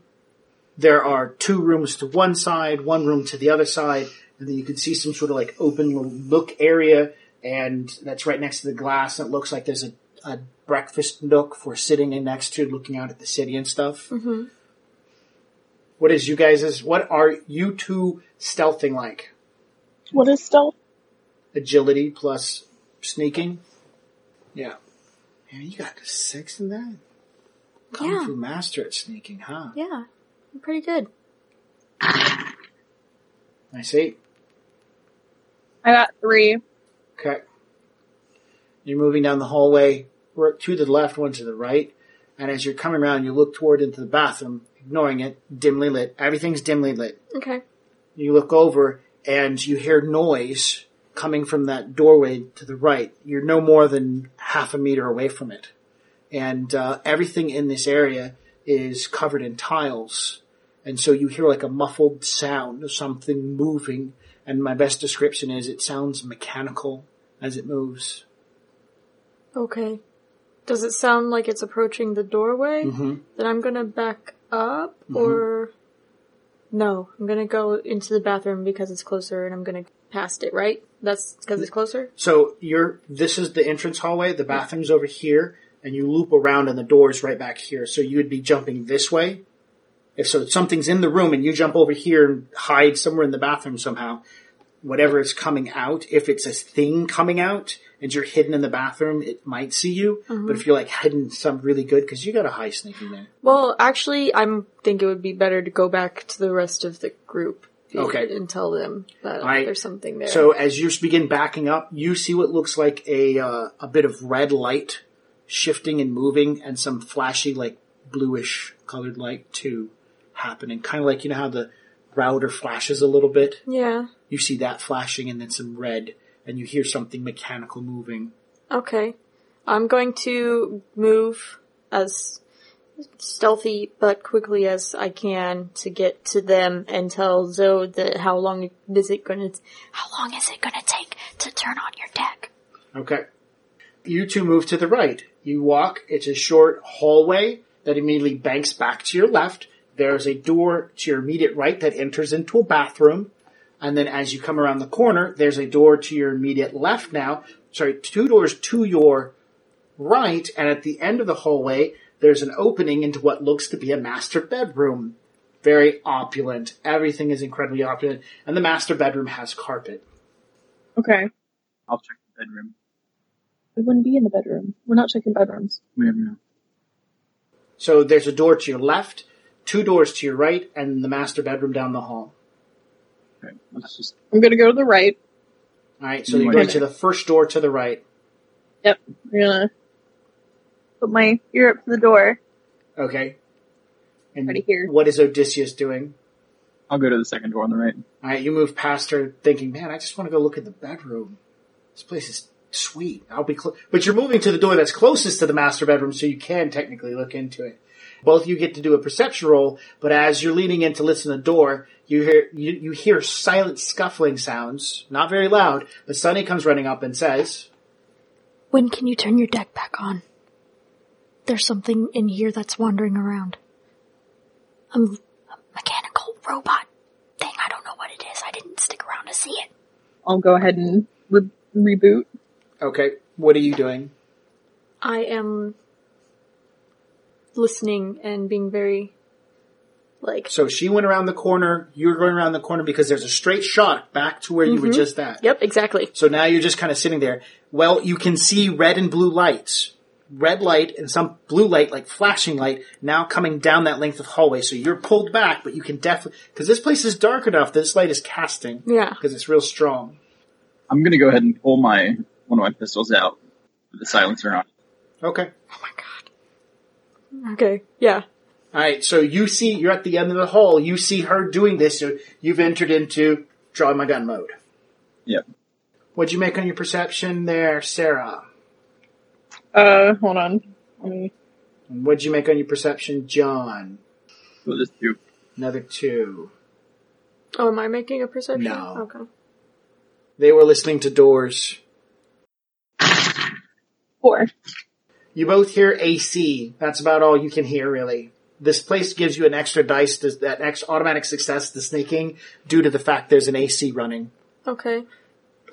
There are two rooms to one side, one room to the other side, and then you can see some sort of like open little nook area, and that's right next to the glass, and it looks like there's a, a breakfast nook for sitting in next to, looking out at the city and stuff. Mm-hmm. is you guys' is what are you two stealthing like? What is stealth? Agility plus sneaking. Yeah. Man, you got a six in that? Kung Yeah. Fu master at sneaking, huh? Yeah. I'm pretty good. I see. I got three. Okay. You're moving down the hallway, or to the left, one to the right, and as you're coming around, you look toward into the bathroom, ignoring it, dimly lit. Everything's dimly lit. Okay. You look over, and you hear noise coming from that doorway to the right. You're no more than half a meter away from it. And uh, everything in this area is covered in tiles. And so you hear like a muffled sound of something moving. And my best description is it sounds mechanical as it moves. Okay. Does it sound like it's approaching the doorway? Mhm. Then I'm gonna back up, or no, I'm gonna go into the bathroom because it's closer, and I'm gonna go past it. Right? That's because it's closer. So you're this is the entrance hallway, the bathroom's over here, and you loop around and the door's right back here. So you would be jumping this way. If so if something's in the room and you jump over here and hide somewhere in the bathroom somehow, whatever is coming out, if it's a thing coming out and you're hidden in the bathroom, it might see you. But if you're like hidden some really good, because you got a high sneaking there. Well, actually, I think it would be better to go back to the rest of the group. be- Okay. And tell them that right. there's something there. So as you begin backing up, you see what looks like a uh, a bit of red light shifting and moving, and some flashy like bluish colored light too happening. Kind of like you know how the router flashes a little bit. yeah. You see that flashing, and then some red, and you hear something mechanical moving. Okay. I'm going to move as stealthy but quickly as I can to get to them and tell Zoe that how long is it going to How long is it gonna take to turn on your deck? Okay. You two move to the right. You walk. It's a short hallway that immediately banks back to your left. There's a door to your immediate right that enters into a bathroom. And then as you come around the corner, there's a door to your immediate left now. Sorry, two doors to your right. And at the end of the hallway, there's an opening into what looks to be a master bedroom. Very opulent. Everything is incredibly opulent. And the master bedroom has carpet. Okay. I'll check the bedroom. We wouldn't be in the bedroom. We're not checking bedrooms. We never know. So there's a door to your left, two doors to your right, and the master bedroom down the hall. Okay. Let's just I'm gonna go to the right. All right, so you go to the first door to the right. Yep. I'm gonna put my ear up to the door. Okay. And Right here. what is Odysseus doing? I'll go to the second door on the right. All right, you move past her, thinking, "Man, I just want to go look at the bedroom. This place is sweet. I'll be close." But you're moving to the door that's closest to the master bedroom, so you can technically look into it. Both you get to do a perception roll, but as you're leaning in to listen to the door, you hear you, you hear silent scuffling sounds, not very loud. But Sunny comes running up and says. When can you turn your deck back on? There's something in here that's wandering around. A, m- a mechanical robot thing. I don't know what it is. I didn't stick around to see it. I'll go ahead and re- reboot. Okay, what are you doing? I am listening and being very like So she went around the corner, you're going around the corner because there's a straight shot back to where you were just at. Yep, exactly. So now you're just kind of sitting there. Well, you can see red and blue lights. Red light and some blue light, like flashing light, now coming down that length of hallway. So you're pulled back, but you can definitely, because this place is dark enough that this light is casting. Yeah. Because it's real strong. I'm gonna go ahead and pull my one of my pistols out with the silencer on. Okay. Okay. Yeah. All right, so you see, you're at the end of the hall. You see her doing this. So you've entered into drawing my gun mode. Yep. What'd you make on your perception there, Sarah? Uh, hold on. Let me- And what'd you make on your perception, John? We'll just do. Another two. Oh, am I making a perception? No. Okay. They were listening to doors. Four. You both hear AC. That's about all you can hear, really. This place gives you an extra dice, to, that extra automatic success to sneaking, due to the fact there's an AC running. Okay.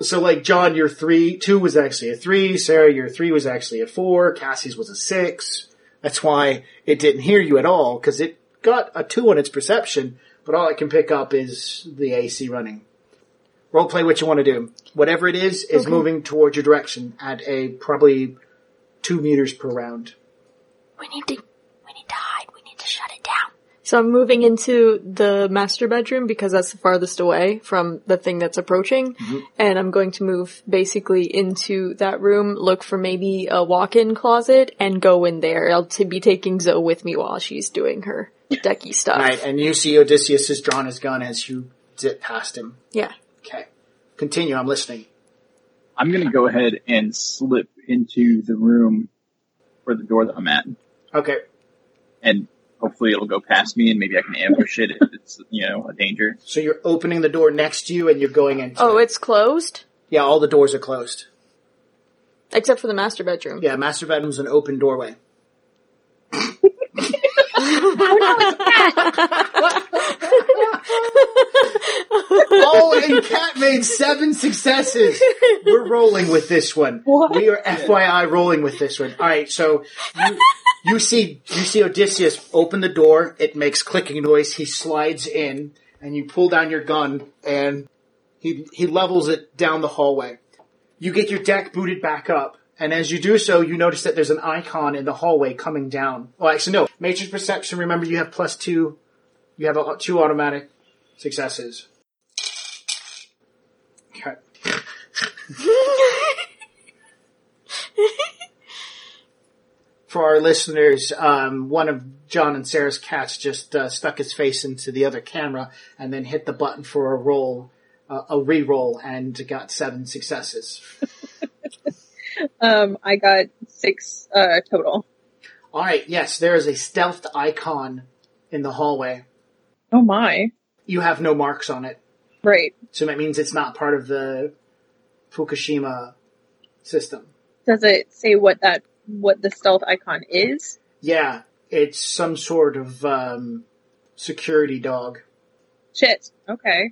So, like John, your three, two was actually a three. Sarah, your three was actually a four. Cassie's was a six. That's why it didn't hear you at all because it got a two on its perception, but all it can pick up is the AC running. Role play what you want to do. Whatever it is is Okay. moving towards your direction at a probably two meters per round. We need to we need to hide. We need to shut it down. So I'm moving into the master bedroom because that's the farthest away from the thing that's approaching. Mm-hmm. And I'm going to move basically into that room, look for maybe a walk-in closet, and go in there. I'll t- be taking Zoe with me while she's doing her decky stuff. Right, and you see Odysseus has drawn his gun as you zip past him. Yeah. Okay. Continue, I'm listening. I'm gonna go ahead and slip into the room or the door that I'm at, Okay. and hopefully it'll go past me, and maybe I can ambush it if it's you know a danger. So you're opening the door next to you and you're going into Oh, it. it's closed? Yeah, all the doors are closed. Except for the master bedroom. Yeah, master bedroom's an open doorway. oh, and Cat made seven successes. We're rolling with this one. What? We are FYI rolling with this one. All right, so you, you see you see Odysseus open the door. It makes clicking noise. He slides in, and you pull down your gun, and he he levels it down the hallway. You get your deck booted back up, and as you do so, you notice that there's an icon in the hallway coming down. Well, actually, no. Matrix perception. Remember, you have plus two. You have a, two automatic successes. Okay. For our listeners, um, one of John and Sarah's cats just uh, stuck his face into the other camera and then hit the button for a roll, uh, a re-roll, and got seven successes. Um, I got six, uh, total. All right, yes, there is a stealthed icon in the hallway. Oh my. You have no marks on it, Right. so that means it's not part of the Fukushima system. Does it say what that, what the stealth icon is? Yeah, it's some sort of um, security dog. Shit. Okay.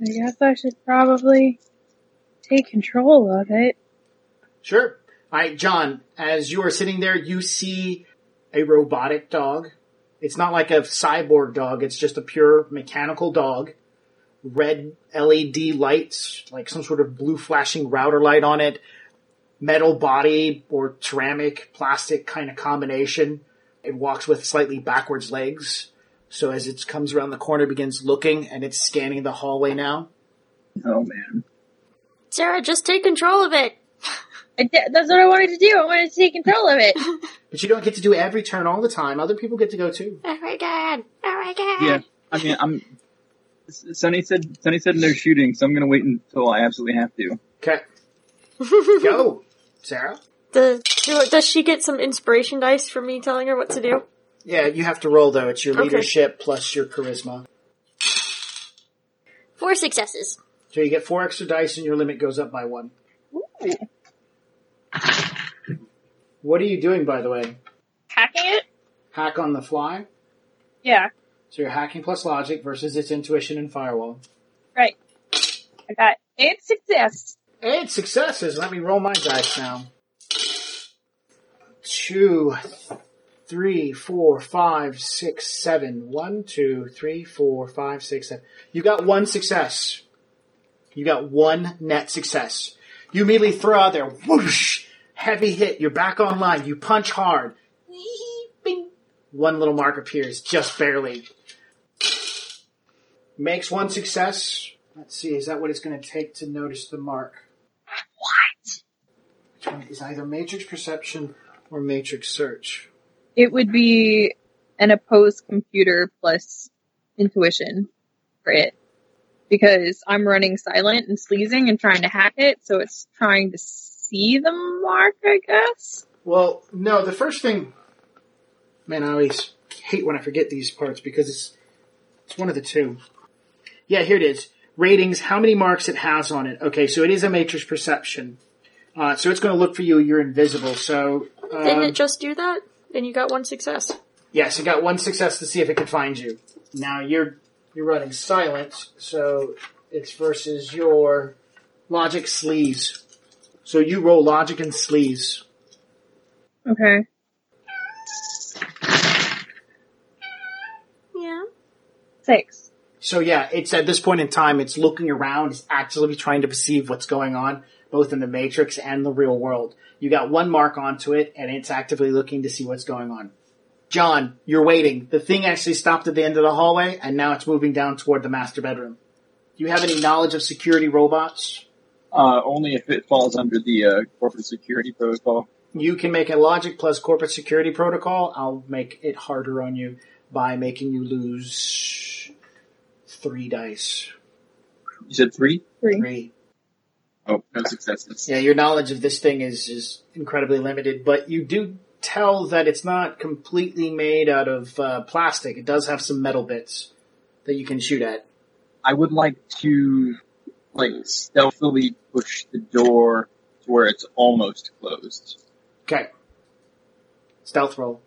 I guess I should probably take control of it. Sure. All right, John, as you are sitting there, you see a robotic dog. It's not like a cyborg dog, it's just a pure mechanical dog. Red LED lights, like some sort of blue flashing router light on it. Metal body or ceramic, plastic kind of combination. It walks with slightly backwards legs. So as it comes around the corner, begins looking and it's scanning the hallway now. Oh man. Sarah, just take control of it. I di- that's what I wanted to do. I wanted to take control of it. But you don't get to do every turn all the time. Other people get to go too. Oh my god. Oh my god. Yeah. I mean, I'm. Sonny said Sonny said no shooting, so I'm gonna wait until I absolutely have to. Okay. Go, Sarah. The, do- does she get some inspiration dice for me telling her what to do? Yeah, you have to roll though. It's your Okay. leadership plus your charisma. Four successes. So you get four extra dice and your limit goes up by one. What are you doing, by the way? Hacking it? Hack on the fly? Yeah. So you're hacking plus logic versus its intuition and firewall. Right. I got eight success. And successes. Let me roll my dice now. Two, three, four, five, six, seven. One, two, three, four, five, six, seven. You got one success. You got one net success. You immediately throw out there, whoosh, heavy hit. You're back online. You punch hard. Bing. One little mark appears, just barely. Makes one success. Let's see, is that what it's going to take to notice the mark? What? Which one is either matrix perception or matrix search? It would be an opposed computer plus intuition for it. because I'm running silent and sleazing and trying to hack it, so it's trying to see the mark, I guess. Well, no, the first thing, man, I always hate when I forget these parts because it's it's one of the two. Yeah, here it is. Ratings, how many marks it has on it. Okay, so it is a matrix perception. Uh, so it's going to look for you. You're invisible. So Didn't um, it just do that? And you got one success. yes, it got one success to see if it could find you. Now you're you're running silent, so it's versus your logic sleeves. So you roll logic and sleeves. Okay. Yeah. Six. So yeah, it's at this point in time, it's looking around, it's actively trying to perceive what's going on, both in the matrix and the real world. You got one mark onto it, and it's actively looking to see what's going on. John, you're waiting. The thing actually stopped at the end of the hallway, and now it's moving down toward the master bedroom. Do you have any knowledge of security robots? Uh, only if it falls under the uh, corporate security protocol. You can make a logic plus corporate security protocol. I'll make it harder on you by making you lose three dice. You said three? Three. Three. Oh, no successes. Yeah, your knowledge of this thing is is incredibly limited, but you do tell that it's not completely made out of uh, plastic. It does have some metal bits that you can shoot at. I would like to, like, stealthily push the door to where it's almost closed. Okay. Stealth roll.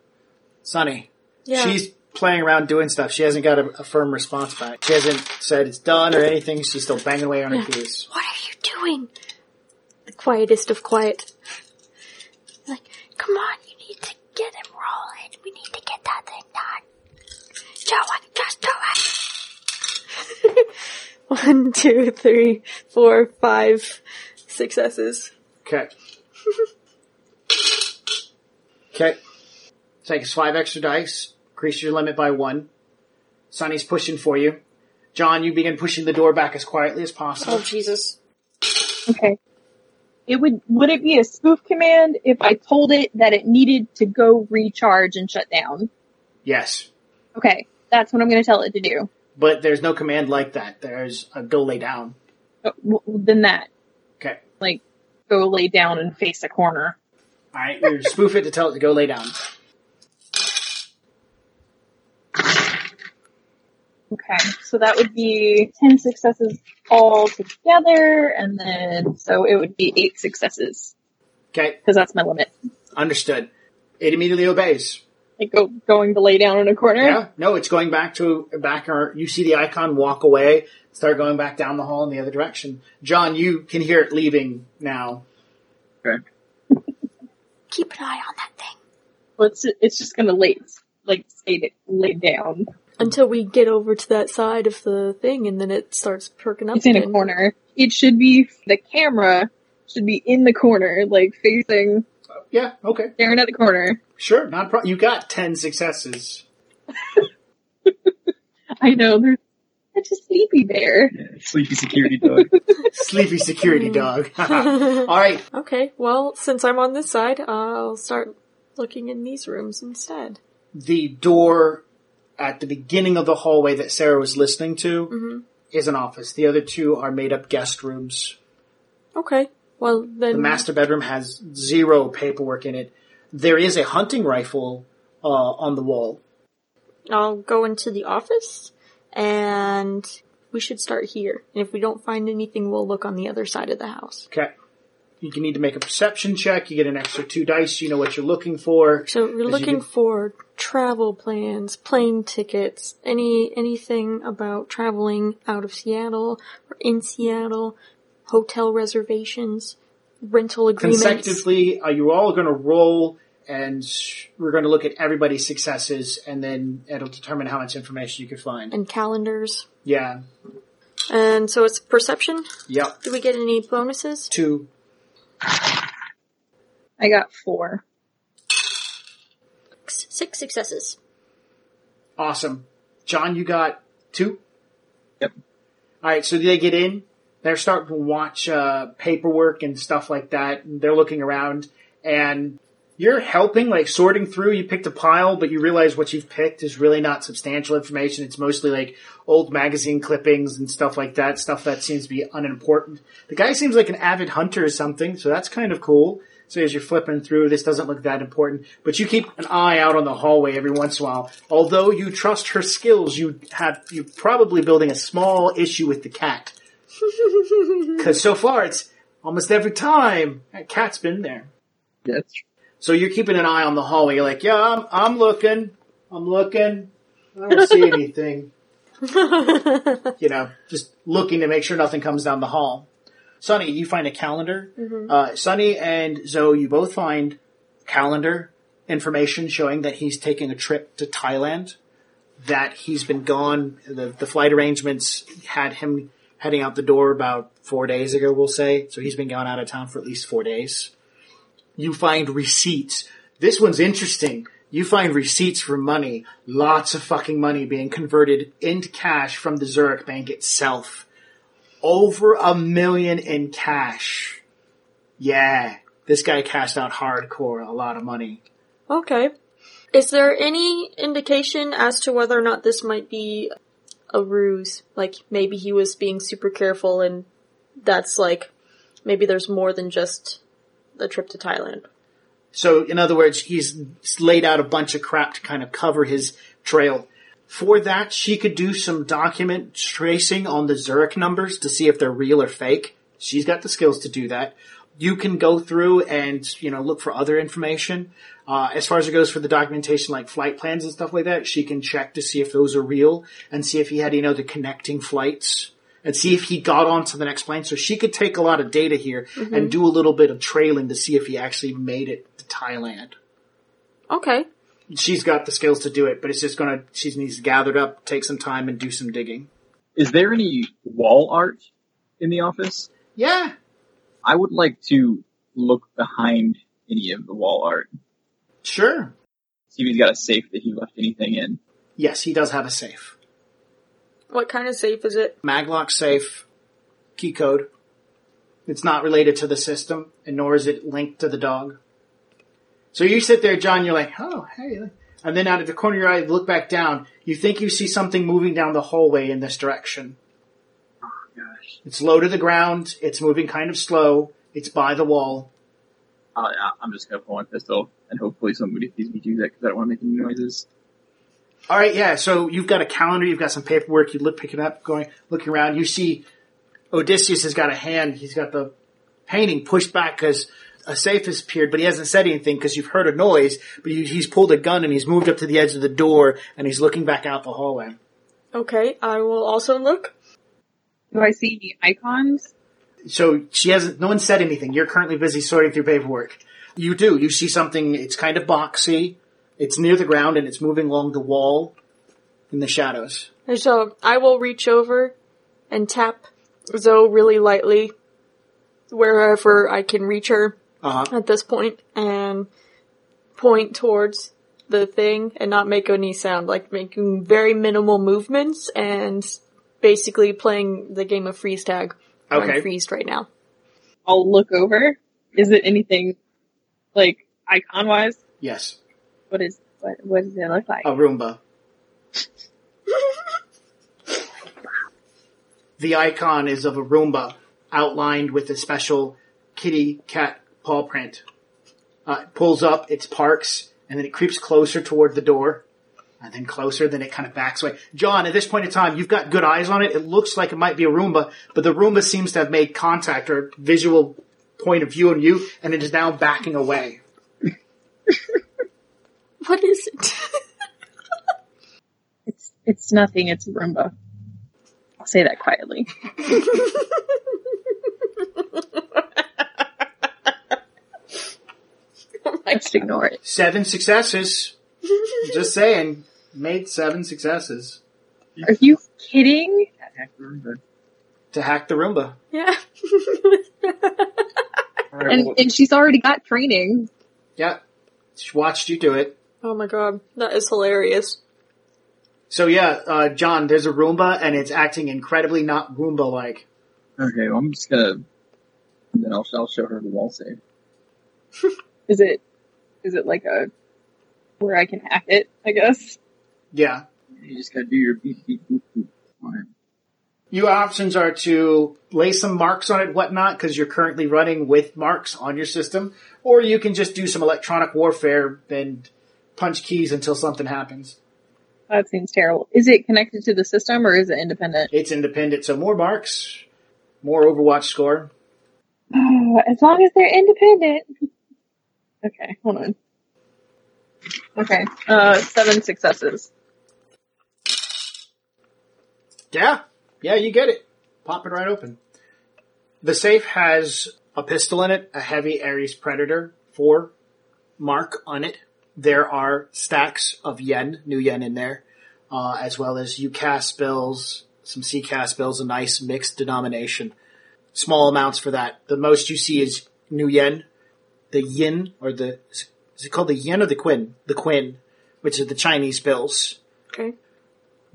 Sunny. Yeah. She's playing around doing stuff. She hasn't got a, a firm response back. She hasn't said it's done or anything. She's still banging away on her keys. What are you doing? the quietest of quiet. Like, come on, you need to get him rolling. We need to get that thing done. Do it, just do it. One, two, three, four, five successes. Okay. okay. Takes five extra dice. Increase your limit by one. Sonny's pushing for you. John, you begin pushing the door back as quietly as possible. Jesus. Okay. It would would it be a spoof command if I told it that it needed to go recharge and shut down? Yes. Okay, that's what I'm going to tell it to do. But there's no command like that. There's a go lay down. Uh, w- Then that Okay. like go lay down and face a corner. Alright, you spoof it to tell it to go lay down. Okay, so that would be 10 successes all together, and then, so it would be 8 successes, Okay. because that's my limit. Understood. It immediately obeys. Like, go, going to lay down in a corner? Yeah. No, it's going back to back or you see the icon walk away, start going back down the hall in the other direction. John, you can hear it leaving now. Keep an eye on that thing. Well, it's, it's just gonna lay, like, stay lay down. Until we get over to that side of the thing and then it starts perking up It's in a again. corner. It should be, the camera should be in the corner, like, facing, Yeah, okay. staring at the corner. Sure, not a problem. You got 10 successes. I know, there's such a sleepy bear. Sleepy security dog. Sleepy security dog. All right. Okay, well, since I'm on this side, I'll start looking in these rooms instead. The door at the beginning of the hallway that Sarah was listening to is an office. The other two are made up guest rooms. Okay, well then. The master bedroom has zero paperwork in it. There is a hunting rifle uh, on the wall. I'll go into the office and we should start here. And if we don't find anything, we'll look on the other side of the house. Okay. You can need to make a perception check. You get an extra two dice. You know what you're looking for. So we're As you looking get- for travel plans, plane tickets, any anything about traveling out of Seattle or in Seattle, hotel reservations, rental agreements. consecutively, uh, you're all going to roll, and we're going to look at everybody's successes, and then it'll determine how much information you can find. And calendars. Yeah. And so it's perception. Yep. Do we get any bonuses? Two. I got 4. Six, six successes. Awesome. John, you got two? Yep. All right, so they get in. They're starting to watch uh, paperwork and stuff like that. And they're looking around, and you're helping, like sorting through. You picked a pile, but you realize what you've picked is really not substantial information. It's mostly like old magazine clippings and stuff like that. Stuff that seems to be unimportant. The guy seems like an avid hunter or something, so that's kind of cool. So as you're flipping through, this doesn't look that important, but you keep an eye out on the hallway every once in a while. Although you trust her skills, you have you're probably building a small issue with the cat because so far it's almost every time that cat's been there. That's true. So you're keeping an eye on the hallway. You're like, yeah, I'm, I'm looking. I'm looking. I don't see anything. you know, just looking to make sure nothing comes down the hall. Sonny, you find a calendar. Uh, Sonny and Zoe, you both find calendar information showing that he's taking a trip to Thailand, that he's been gone. The, the flight arrangements had him heading out the door about four days ago, we'll say. So he's been gone out of town for at least four days you find receipts. This one's interesting. You find receipts for money. Lots of fucking money being converted into cash from the Zurich bank itself. Over a million in cash. Yeah. This guy cashed out hardcore a lot of money. Okay. Is there any indication as to whether or not this might be a ruse? Like, maybe he was being super careful and that's like, maybe there's more than just a trip to Thailand. So, in other words, he's laid out a bunch of crap to kind of cover his trail. For that, she could do some document tracing on the Zurich numbers to see if they're real or fake. She's got the skills to do that. You can go through and, you know, look for other information. Uh, as far as it goes for the documentation, like flight plans and stuff like that, she can check to see if those are real and see if he had, you know, the connecting flights and see if he got on to the next plane. So she could take a lot of data here and do a little bit of trailing to see if he actually made it to Thailand. Okay. She's got the skills to do it, but it's just gonna, she needs to gather it up, take some time and do some digging. Is there any wall art in the office? Yeah. I would like to look behind any of the wall art. Sure. See if he's got a safe that he left anything in. Yes, he does have a safe. What kind of safe is it? Maglock safe, key code. It's not related to the system, and nor is it linked to the dog. So you sit there, John, you're like, oh, hey. And then out of the corner of your eye, you look back down. You think you see something moving down the hallway in this direction. Gosh. It's low to the ground. It's moving kind of slow. It's by the wall. I, I- Oh, I'm just gonna pull my pistol and hopefully somebody sees me do that because I don't want to make any noises. All right, yeah. So you've got a calendar, you've got some paperwork. You look, pick it up, going, looking around. You see, Odysseus has got a hand. He's got the painting pushed back because a safe has appeared, but he hasn't said anything because you've heard a noise. But you, he's pulled a gun and he's moved up to the edge of the door and he's looking back out the hallway. Okay, I will also look. Do I see any icons? So she hasn't. No one said anything. You're currently busy sorting through paperwork. You do. You see something. It's kind of boxy. It's near the ground and it's moving along the wall in the shadows. And so I will reach over and tap Zoe really lightly wherever I can reach her Uh-huh. at this point and point towards the thing and not make any sound, like making very minimal movements and basically playing the game of freeze tag. Okay. I'm freezed right now. I'll look over. Is it anything like icon wise? Yes. What is what? What does it look like? A Roomba. the icon is of a Roomba outlined with a special kitty cat paw print. Uh, it pulls up, it parks, and then it creeps closer toward the door. And then closer, then it kind of backs away. John, at this point in time, you've got good eyes on it. It looks like it might be a Roomba, but the Roomba seems to have made contact or visual point of view on you, and it is now backing away. What is it? It's it's nothing. It's a Roomba. I'll say that quietly. Just ignore it. Seven successes. Just saying, made seven successes Are you kidding? to hack the Roomba. yeah. And and she's already got training. Yeah, she watched you do it. oh my god, that is hilarious. So yeah, uh, John, there's a Roomba and it's acting incredibly not Roomba like. Okay, well, I'm just gonna. Then I'll, I'll show her the wall safe. Is it? Is it like a where I can hack it? I guess. Yeah. You just gotta do your beep beep boop boop on it. Your options are to lay some marks on it, whatnot, because you're currently running with marks on your system, or you can just do some electronic warfare and punch keys until something happens. That seems terrible. Is it connected to the system or is it independent? It's independent, so more marks, more Overwatch score. Oh, as long as they're independent. Okay, hold on. Okay, uh, seven successes. Yeah, yeah, you get it. Pop it right open. The safe has a pistol in it, a heavy Ares Predator, four mark on it. There are stacks of yen, new yen in there, uh, as well as UCAS spells, some CCAS spells, a nice mixed denomination. Small amounts for that. The most you see is new yen, the yin, or the, is it called the yin or the quin? The quin, which is the Chinese bills Okay.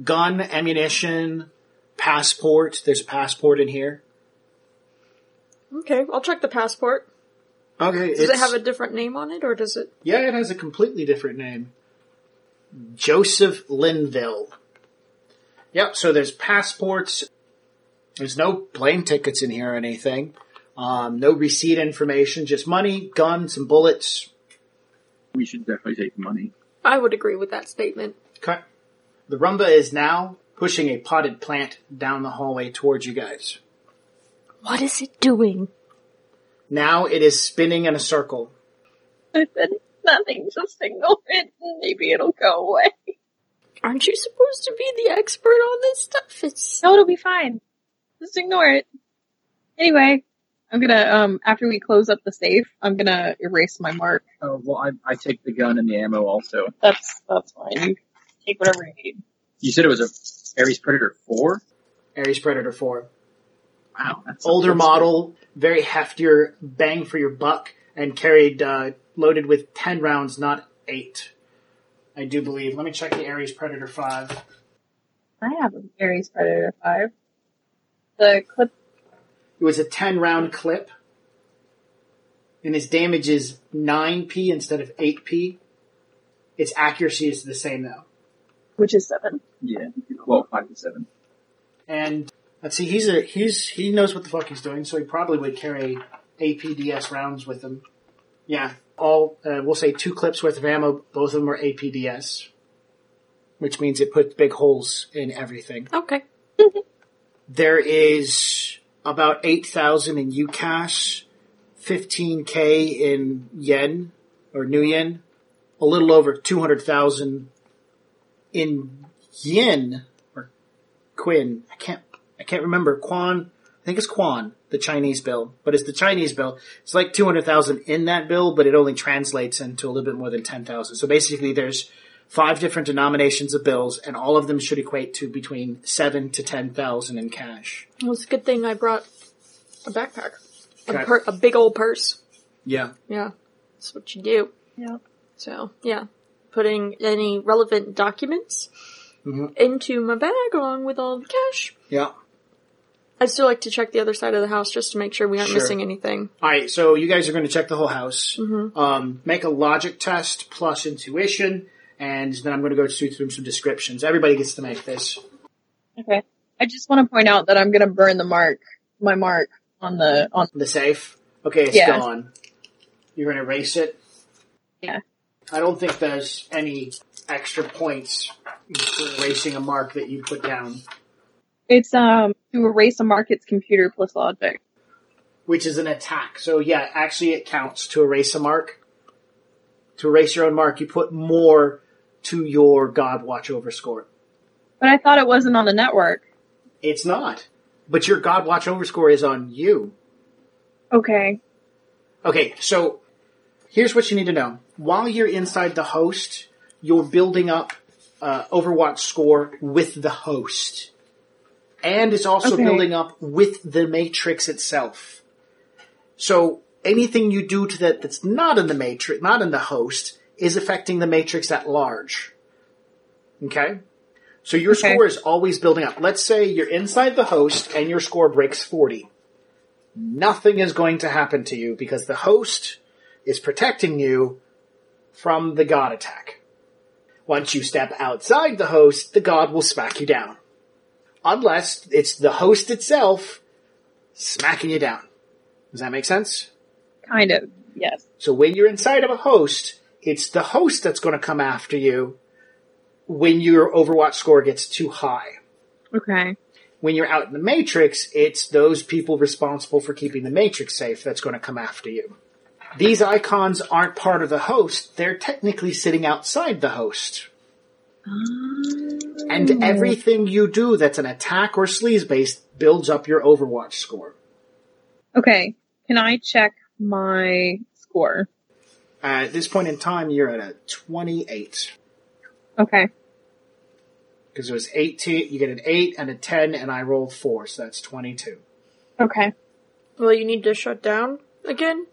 gun, ammunition, passport. There's a passport in here. Okay, I'll check the passport. Okay. Does it have a different name on it, or does it? Yeah, it has a completely different name. Joseph Linville. Yep, so there's passports. There's no plane tickets in here or anything. Um, no receipt information, just money, gun, some bullets. We should definitely take the money. I would agree with that statement. Okay. The rumba is now pushing a potted plant down the hallway towards you guys. What is it doing? Now it is spinning in a circle. I said nothing, just ignore it and maybe it'll go away. Aren't you supposed to be the expert on this stuff? It's No, it'll be fine. Just ignore it. Anyway, I'm gonna, um, after we close up the safe, I'm gonna erase my mark. Oh, well, I, I take the gun and the ammo also. That's, that's fine. You take whatever you need. You said it was a Ares Predator 4? Ares Predator 4. Wow, that's older that's- model, very heftier, bang for your buck, and carried uh, loaded with ten rounds, not eight. I do believe. Let me check the Ares Predator Five. I have an Aries Predator 5. The clip, It was a ten round clip, and his damage is nine p instead of eight p. Its accuracy is the same though. which is 7. Yeah, well, 5 to 7. And let's see, he's a he's he knows what the fuck he's doing, so he probably would carry APDS rounds with him. Yeah, all uh, we'll say two clips worth of ammo. Both of them are APDS, which means it puts big holes in everything. okay. There is about eight thousand in UCAS, fifteen k in yen or new yen, a little over two hundred thousand in yen or quin. I can't I can't remember Quan. I think it's Quan, the Chinese bill, but it's the Chinese bill. It's like two hundred thousand in that bill, but it only translates into a little bit more than ten thousand. So basically, there's five different denominations of bills, and all of them should equate to between seven to ten thousand in cash. Well, it's a good thing I brought a backpack, Okay. a, per- a big old purse. Yeah. Yeah, that's what you do. Yeah. So yeah, putting any relevant documents Mhm. into my bag along with all the cash. Yeah. I'd still like to check the other side of the house just to make sure we aren't Sure. missing anything. All right, so you guys are going to check the whole house. Mm-hmm. Um, make a logic test plus intuition, and then I'm going to go through through some descriptions. Everybody gets to make this. Okay. I just want to point out that I'm gonna burn the mark, my mark on the, on, The safe. Okay, it's Yeah. gone. You're going to erase it. Yeah. I don't think there's any extra points for erasing a mark that you put down, it's, um, to erase a mark, it's computer plus logic. which is an attack. So yeah, actually it counts to erase a mark. To erase your own mark, you put more to your God Watch Over score. But I thought it wasn't on the network. It's not. But your God Watch Over score is on you. Okay. Okay, so here's what you need to know. While you're inside the host, you're building up uh, Overwatch score with the host. And it's also Okay. building up with the matrix itself. So anything you do to that that's not in the matrix, not in the host, is affecting the matrix at large. Okay? So your Okay. score is always building up. Let's say you're inside the host and your score breaks 40. Nothing is going to happen to you because the host is protecting you from the god attack. Once you step outside the host, the god will smack you down. Unless it's the host itself smacking you down. Does that make sense? Kind of. Yes. So when you're inside of a host, it's the host that's going to come after you when your Overwatch score gets too high. Okay. When you're out in the Matrix, it's those people responsible for keeping the Matrix safe that's going to come after you. These icons aren't part of the host, they're technically sitting outside the host. And everything you do that's an attack or sleaze based builds up your Overwatch score. Okay. Can I check my score? Uh, at this point in time, you're at a 28. Okay. Because it was 18, you get an 8 and a 10, and I rolled 4, so that's 22. Okay. Well, you need to shut down again?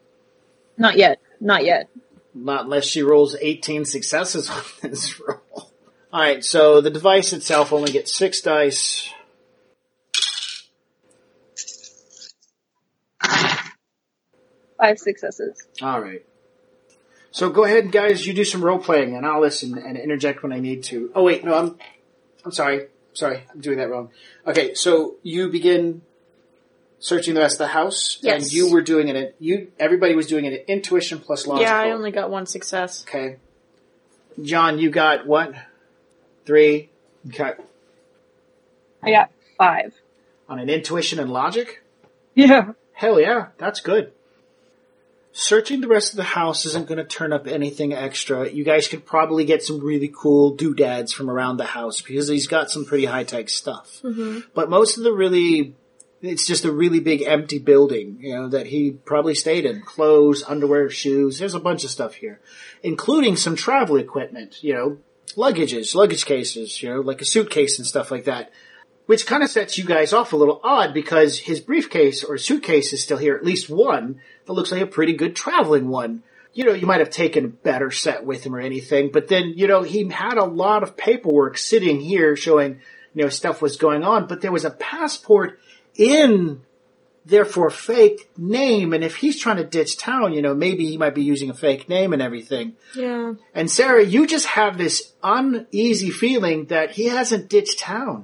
Not yet. Not yet. Not unless she rolls 18 successes on this roll. Alright, so the device itself only gets 6 dice. Five successes. Alright. So go ahead, guys, you do some role playing, and I'll listen and interject when I need to. Oh, wait, no, I'm. I'm sorry. Sorry, I'm doing that wrong. Okay, so you begin searching the rest of the house, and Yes. you were doing it. You everybody was doing it at intuition plus logical. Yeah, I only got one success. Okay. John, you got what? Three. Okay. I got five. On an intuition and logic? Yeah. Hell yeah, that's good. Searching the rest of the house isn't going to turn up anything extra. You guys could probably get some really cool doodads from around the house because he's got some pretty high tech stuff. But most of the really, it's just a really big empty building, you know, that he probably stayed in. Clothes, underwear, shoes. There's a bunch of stuff here, including some travel equipment, you know, luggages, luggage cases, you know, like a suitcase and stuff like that which kind of sets you guys off a little odd because his briefcase or suitcase is still here, at least one that looks like a pretty good traveling one. You know, you might have taken a better set with him or anything, but then, you know, he had a lot of paperwork sitting here showing, you know, stuff was going on, but there was a passport in therefore fake name. And if he's trying to ditch town, you know, maybe he might be using a fake name and everything. Yeah. And Sarah, you just have this uneasy feeling that he hasn't ditched town.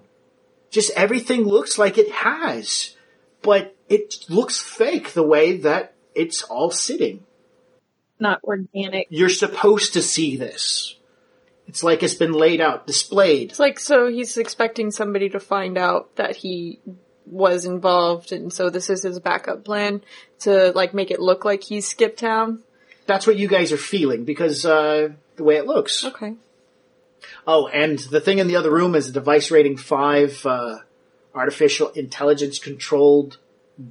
Just everything looks like it has, but it looks fake the way that it's all sitting. Not organic. You're supposed to see this. It's like it's been laid out, displayed. It's like, so he's expecting somebody to find out that he was involved, and so this is his backup plan to, like, make it look like he skipped town. That's what you guys are feeling because uh, the way it looks. Okay. Oh, and the thing in the other room is a device rating five, uh, artificial intelligence controlled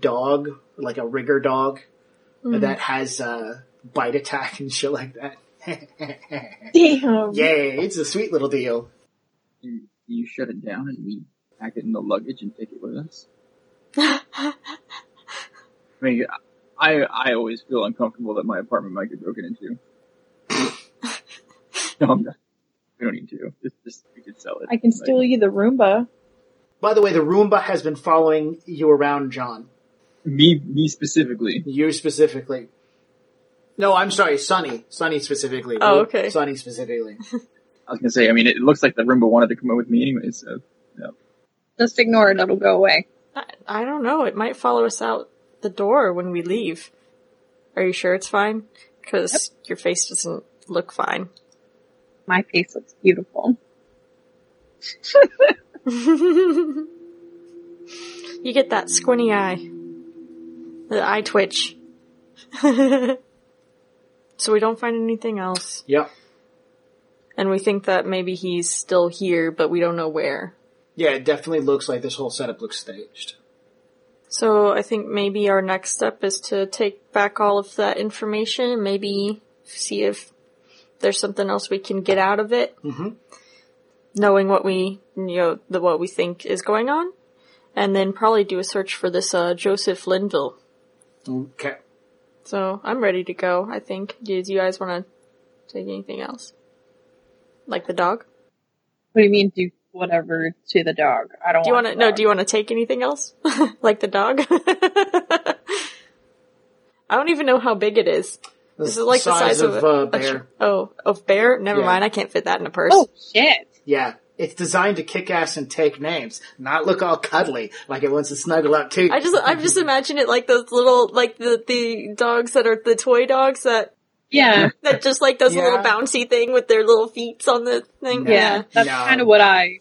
dog, like a rigger dog Mm-hmm. that has uh, bite attack and shit like that. Damn. Yay! It's a sweet little deal. You, you shut it down and we pack it in the luggage and take it with us. I mean, I I always feel uncomfortable that my apartment might get broken into. no, I'm not. We don't need to. Just, just we could sell it. I can steal you the Roomba. By the way, the Roomba has been following you around, John. me me specifically. You specifically. No, I'm sorry, Sunny. Sunny specifically. Oh, okay. Sunny specifically. I was gonna say. I mean, it looks like the Roomba wanted to come in with me anyway. So Just ignore it. It'll go away. I, I don't know. It might follow us out the door when we leave. Are you sure it's fine? Because your face doesn't look fine. My face looks beautiful. you get that squinty eye. The eye twitch. so we don't find anything else. yep. And we think that maybe he's still here, but we don't know where. Yeah, it definitely looks like this whole setup looks staged. So I think maybe our next step is to take back all of that information and maybe see if there's something else we can get out of it. Mm-hmm. Knowing what we, you know, the, what we think is going on. And then probably do a search for this, uh, Joseph Linville. Okay. So I'm ready to go, I think. Do you guys want to take anything else? Like the dog? What do you mean do whatever to the dog? I don't Do you want to, the no, dog. do you want to take anything else? like the dog? I don't even know how big it is. The, Is it like the size, of, a- uh, a tr- bear? oh, of bear? Never Yeah. mind. I can't fit that in a purse. Oh shit. Yeah. It's designed to kick ass and take names, not look all cuddly like it wants to snuggle up to. you. I just, I just imagine it like those little, like the the dogs that are the toy dogs that Yeah. that just like does a little Yeah. bouncy thing with their little feet on the thing. No. Yeah. That's No. kind of what I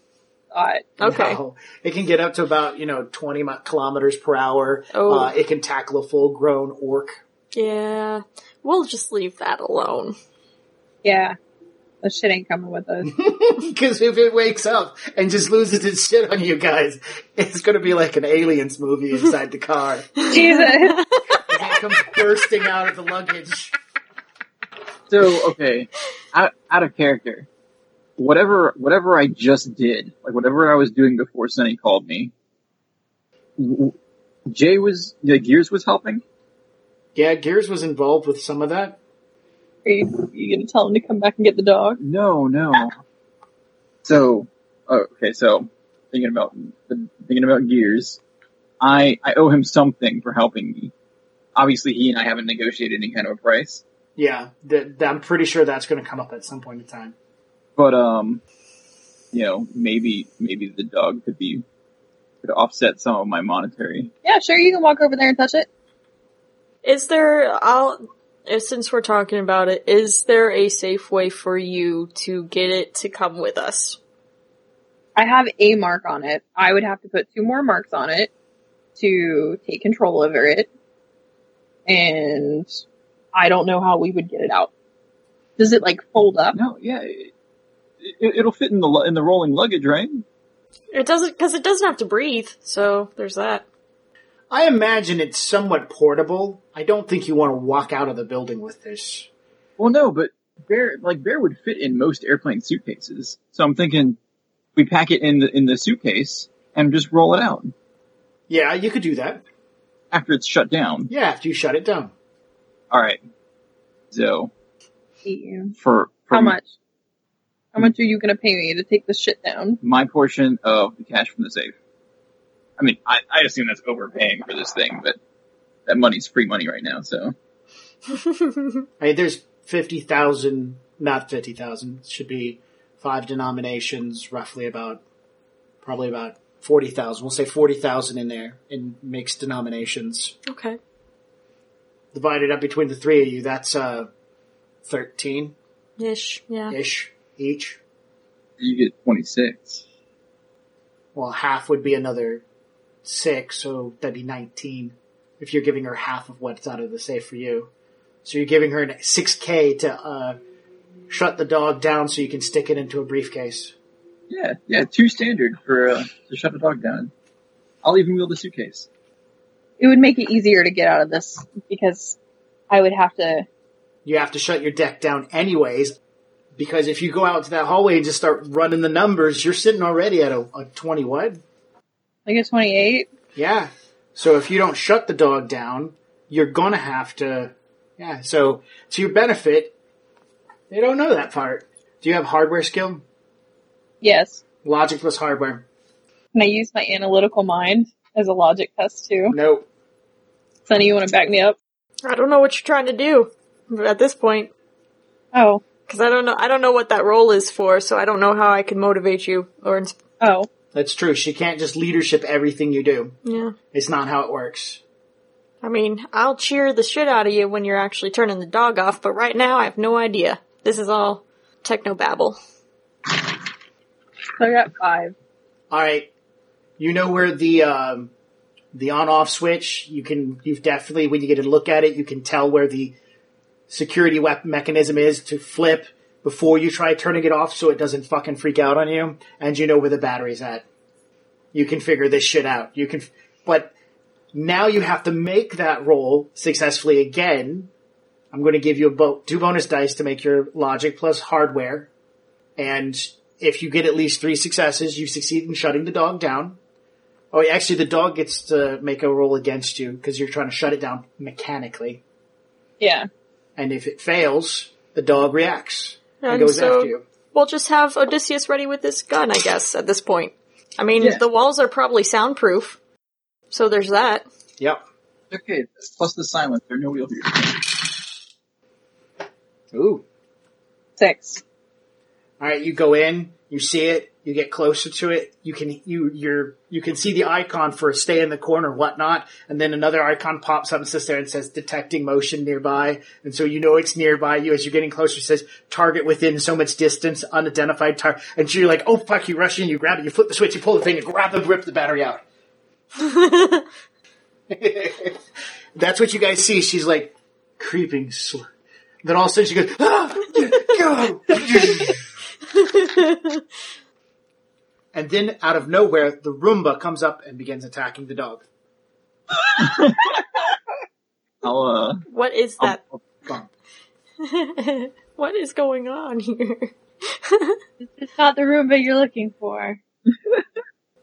thought. Okay. No. It can get up to about, you know, 20 mi- kilometers per hour. Oh. Uh, it can tackle a full grown orc. Yeah. We'll just leave that alone. Yeah. That shit ain't coming with us. Because if it wakes up and just loses its shit on you guys, it's going to be like an aliens movie inside the car. Jesus. It all comes bursting out of the luggage. So okay, out, out of character. Whatever whatever I just did, like whatever I was doing before Sunny called me, w- w- Jay was yeah, Gears was helping. Yeah, Gears was involved with some of that. Are you, you gonna tell him to come back and get the dog? No, no. So oh, okay, so thinking about thinking about Gears, I I owe him something for helping me. Obviously, he and I haven't negotiated any kind of a price, Yeah, th- th- I'm pretty sure that's going to come up at some point in time. but um, you know, maybe maybe the dog could be could offset some of my monetary. Yeah, sure. You can walk over there and touch it. Is there? I'll. uh, Since we're talking about it, is there a safe way for you to get it to come with us? I have a mark on it. I would have to put two more marks on it to take control over it. And I don't know how we would get it out. Does it like fold up? No, yeah, it, it, it'll fit in the lu- in the rolling luggage, right? It doesn't, because it doesn't have to breathe. So there's that. I imagine it's somewhat portable. I don't think you want to walk out of the building with this. Well, no, but bear like bear would fit in most airplane suitcases. So I'm thinking we pack it in the in the suitcase and just roll it out Yeah, you could do that. after it's shut down. Yeah, after you shut it down. All right. So Eat you. for for How much? How much are you gonna pay me to take this shit down? my portion of the cash from the safe. I mean, I, I assume that's overpaying for this thing, but that money's free money right now. So I mean, there's 50,000, not 50,000, it should be five denominations, roughly about, probably about 40,000. We'll say 40,000 in there in mixed denominations. Okay. Divided up between the three of you, that's, uh, 13 Ish. Yeah. ish each. you get twenty six. Well, half would be another six, so that'd be 19 if you're giving her half of what's out of the safe for you. So you're giving her an 6K to, uh, shut the dog down so you can stick it into a briefcase. Yeah, yeah, two standard for uh, to shut the dog down. I'll even wheel the suitcase. It would make it easier to get out of this because I would have to. you have to shut your deck down anyways because if you go out to that hallway and just start running the numbers you're sitting already at a, a 20 what Like a 28? yeah so if you don't shut the dog down you're gonna have to yeah so to your benefit they don't know that part do you have hardware skill Yes. logic plus hardware Can I use my analytical mind as a logic test too? nope Sonny, you want to back me up? I don't know what you're trying to do at this point, Oh, because I don't know. I don't know what that role is for, so I don't know how I can motivate you or. Ins- oh, that's true she can't just leadership everything you do yeah. it's not how it works I mean, I'll cheer the shit out of you when you're actually turning the dog off, but right now I have no idea. This is all techno babble. so I got five. All right, you know where the um, the on off switch. You can you've definitely when you get a look at it, you can tell where the security wep- mechanism is to flip before you try turning it off, so it doesn't fucking freak out on you, and you know where the battery's at. You can figure this shit out. You can, f- but now you have to make that roll successfully again. I'm going to give you a bo- two bonus dice to make your logic plus hardware, and if you get at least three successes, you succeed in shutting the dog down. Oh, yeah, actually, the dog gets to make a roll against you because you're trying to shut it down mechanically. Yeah. And if it fails, the dog reacts and, And goes so- after you. We'll just have Odysseus ready with this gun, I guess, at this point. I mean, Yeah. the walls are probably soundproof, so there's that. Yep. Okay, plus the silencer. Nobody will hear. Ooh. Six. All right, you go in, you see it, you get closer to it, you can you you're you can see the icon for stay in the corner, whatnot, and then another icon pops up and sits there and says detecting motion nearby, and so you know it's nearby you as you're getting closer. It says target within so much distance, unidentified target, and so you're like, oh fuck, you rush in, you grab it, you flip the switch, you pull the thing, you grab and rip the battery out. That's what you guys see. She's like creeping slow. Then all of a sudden she goes, ah, go. And then out of nowhere, the Roomba comes up and begins attacking the dog. I'll uh, what is I'll, that? I'll, what is going on here? It's not the Roomba you're looking for.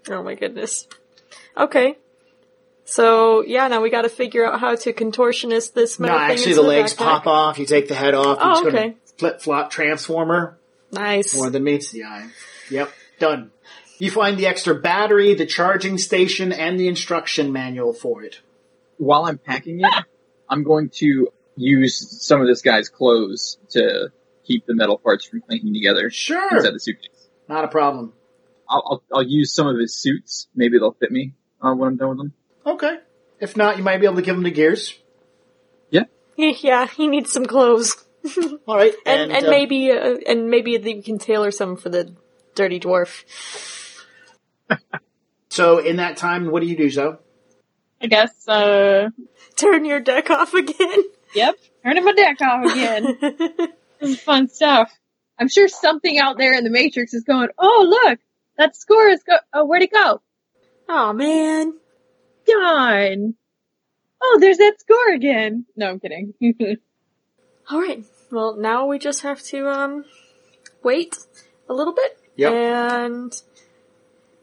Oh my goodness. Okay. So yeah, now we got to figure out how to contortionist this metal no, thing actually into the legs backpack. pop off, you take the head off, Oh, you okay. flip flop transformer, Nice. more than meets the eye. Yep, done. You find the extra battery, the charging station, and the instruction manual for it. while I'm packing it, I'm going to use some of this guy's clothes to keep the metal parts from clinking together Sure. inside the suitcase. Not a problem. I'll, I'll I'll use some of his suits. Maybe they'll fit me uh, when I'm done with them. Okay. If not, you might be able to give them to Gears. yeah, he needs some clothes, All right. and and, uh, maybe uh, and maybe we can tailor some for the dirty dwarf. So in that time, what do you do, Zoe? I guess, uh, Turn your deck off again. yep. Turning my deck off again. Some fun stuff. I'm sure something out there in the Matrix is going, oh look, that score is go- oh, where'd it go? oh man. Gone. Oh, there's that score again. No, I'm kidding. All right. Well, now we just have to um wait a little bit Yep. and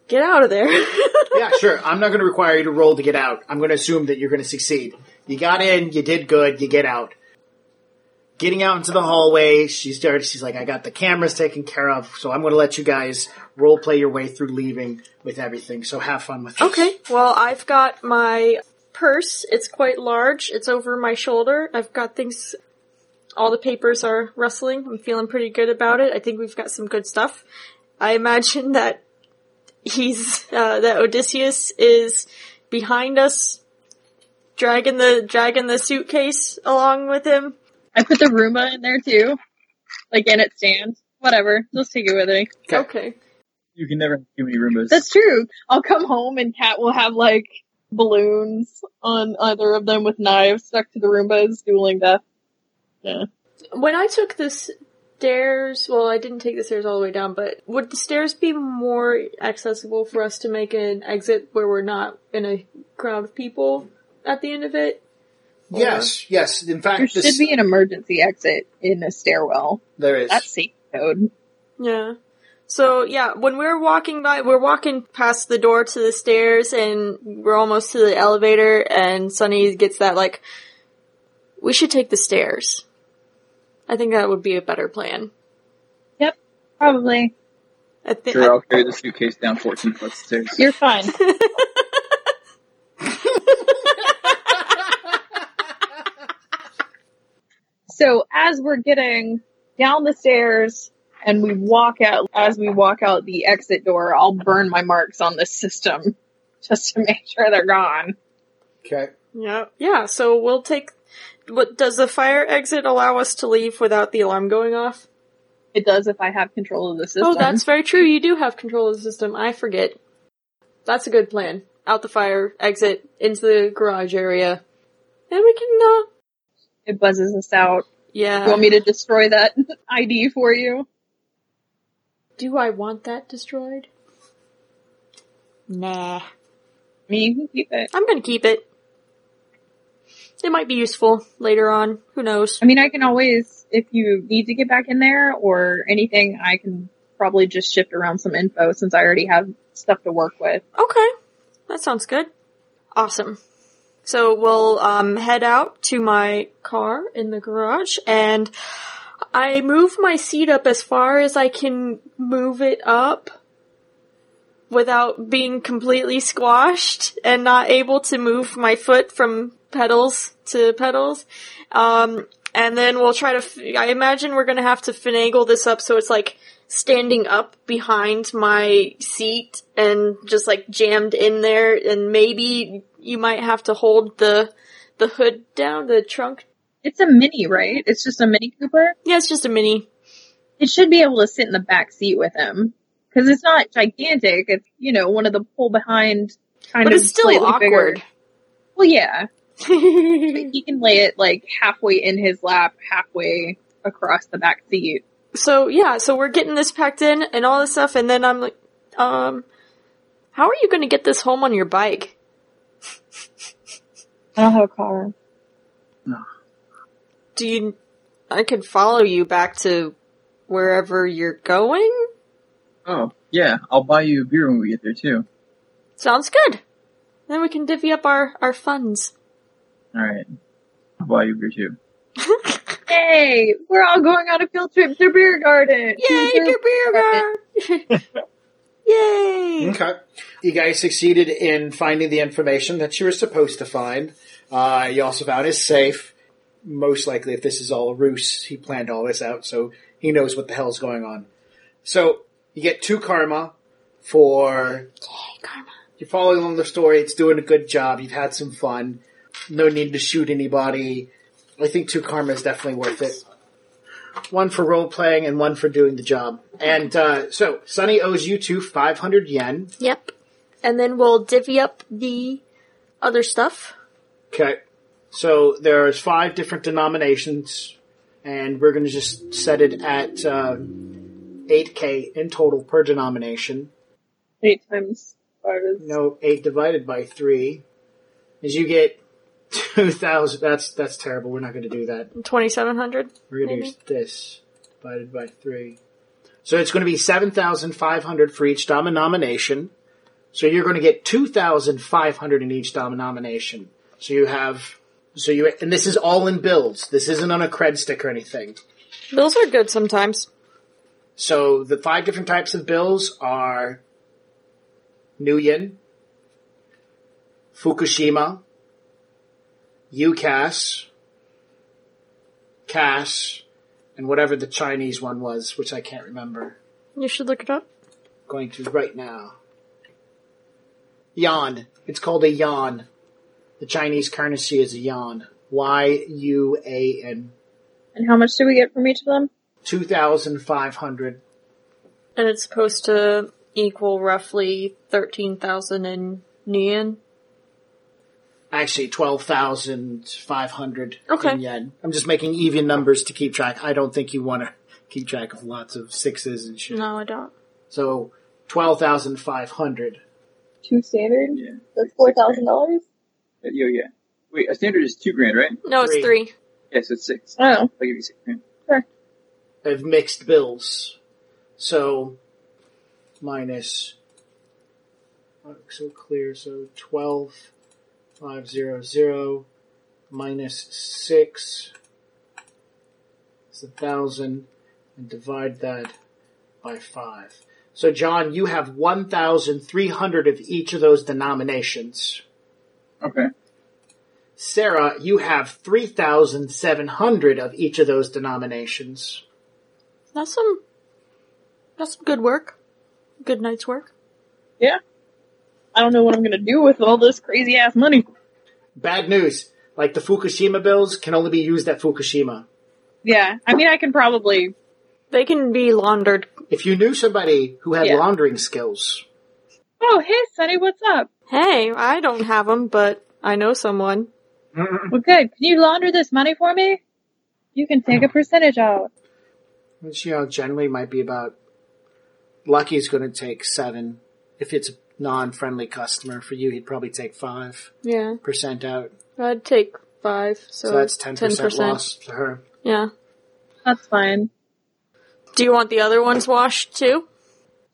get out of there. yeah, sure. I'm not going to require you to roll to get out. I'm going to assume that you're going to succeed. You got in, you did good, you get out. Getting out into the hallway, she starts, she's like, I got the cameras taken care of, so I'm going to let you guys role play your way through leaving with everything. So have fun with it. Okay. Well, I've got my purse. It's quite large. It's over my shoulder. I've got things. All the papers are rustling. I'm feeling pretty good about it. I think we've got some good stuff. I imagine that he's uh, that Odysseus is behind us, dragging the dragging the suitcase along with him. I put the Roomba in there too. Like, and it stands. Whatever. Just take it with me. Okay. okay. You can never have too many Roombas. That's true. I'll come home and Kat will have like balloons on either of them with knives stuck to the Roombas, dueling death. When I took the stairs, well, I didn't take the stairs all the way down, but would the stairs be more accessible for us to make an exit where we're not in a crowd of people at the end of it? Yes, yes. There In fact, should this, be an emergency exit in a stairwell. there is. That's safe code. Yeah. So yeah, when we're walking by, we're walking past the door to the stairs, and we're almost to the elevator, and Sunny gets that like, we should take the stairs. I think that would be a better plan. Probably. I think. Sure, I'll carry the suitcase down 14 foot stairs. You're fine. so as we're getting down the stairs and we walk out, as we walk out the exit door, I'll burn my marks on the system just to make sure they're gone. Okay. Yeah. Yeah, so we'll take what does the fire exit allow us to leave without the alarm going off? It does if I have control of the system. Oh, that's very true. You do have control of the system. I forget. That's a good plan. Out the fire exit into the garage area. And we can uh It buzzes us out. yeah. You want me to destroy that ID for you? do I want that destroyed? Nah. Me? You keep it. I'm going to keep it. It might be useful later on. Who knows? I mean, I can always, if you need to get back in there or anything, I can probably just shift around some info since I already have stuff to work with. Okay. That sounds good. Awesome. So we'll um, head out to my car in the garage and I move my seat up as far as I can move it up without being completely squashed and not able to move my foot from pedals to pedals. Um, and then we'll try to. F- I imagine we're gonna have to finagle this up so it's like standing up behind my seat and just like jammed in there, and maybe you might have to hold the the hood down, the trunk. It's a mini, right? It's just a mini Cooper. Yeah, it's just a mini. It should be able to sit in the back seat with him because it's not gigantic. It's you know one of the pull behind kind But of it's still slightly awkward. Bigger. Well, yeah, But he can lay it like halfway in his lap, halfway across the back seat. so yeah, so we're getting this packed in and all this stuff, and then I'm like, um, how are you gonna get this home on your bike? I don't have a car. Do you? I can follow you back to wherever you're going. Oh, yeah, I'll buy you a beer when we get there too. Sounds good. Then we can divvy up our, our funds. Alright. I'll buy you a beer too. Hey, we're all going on a field trip to beer garden. Yay, To the your beer garden! Yay! Okay. You guys succeeded in finding the information that you were supposed to find. Uh, you also found his safe. Most likely, if this is all a ruse, he planned all this out, so he knows what the hell's going on. So, you get two karma for. karma. You're following along the story, it's doing a good job, you've had some fun, no need to shoot anybody. I think two karma is definitely worth it. One for role playing and one for doing the job. And uh, so, Sunny owes you two 500 yen. Yep. And then we'll divvy up the other stuff. Okay. So there's five different denominations, and we're going to just set it at uh, 8K in total per denomination. Eight times five is No, 8 divided by 3 is you get 2,000. That's, that's terrible. We're not going to do that. 2700. We're going to use this divided by 3. So it's going to be 7,500 for each denomination. So you're going to get 2,500 in each denomination. So you have, so you, and this is all in bills. This isn't on a cred stick or anything. Those are good sometimes. So the five different types of bills are New Yen, Fukushima, UCAS, CAS, and whatever the Chinese one was, which I can't remember. You should look it up. Going to right now. Yan. It's called a yan. The Chinese currency is a yan. Y U A N. And how much do we get from each of them? 2,500. And it's supposed to equal roughly 13,000 in Nian. actually 12,500 Okay. in yen. I'm just making even numbers to keep track. I don't think you want to keep track of lots of sixes and shit. No, I don't. So 12,500. Two standard. Yeah. The four thousand dollars. Yeah, yeah, yeah. Wait, a standard is two grand, right? No, it's Three. three. Yeah, so it's six. Oh, I'll give you six grand. of mixed bills. So minus oh, so clear, so twelve five zero zero minus six is a thousand and divide that by five. So John, you have one thousand three hundred of each of those denominations. Okay. Sarah, you have three thousand seven hundred of each of those denominations. That's some, that's some good work. Good night's work. I don't know what I'm gonna do with all this crazy ass money. bad news. Like the Fukushima bills can only be used at Fukushima. Yeah, I mean, I can probably. They can be laundered. If you knew somebody who had Yeah. laundering skills, Oh, hey, Sonny, what's up? Hey, I don't have them, but I know someone. Well, good. Can you launder this money for me? You can take a percentage out. which you know generally might be about Lucky's going to take seven. If it's a non-friendly customer for you, he'd probably take five Yeah, percent out. I'd take five. So, So, that's ten percent loss to her. Yeah. That's fine. Do you want the other ones washed too?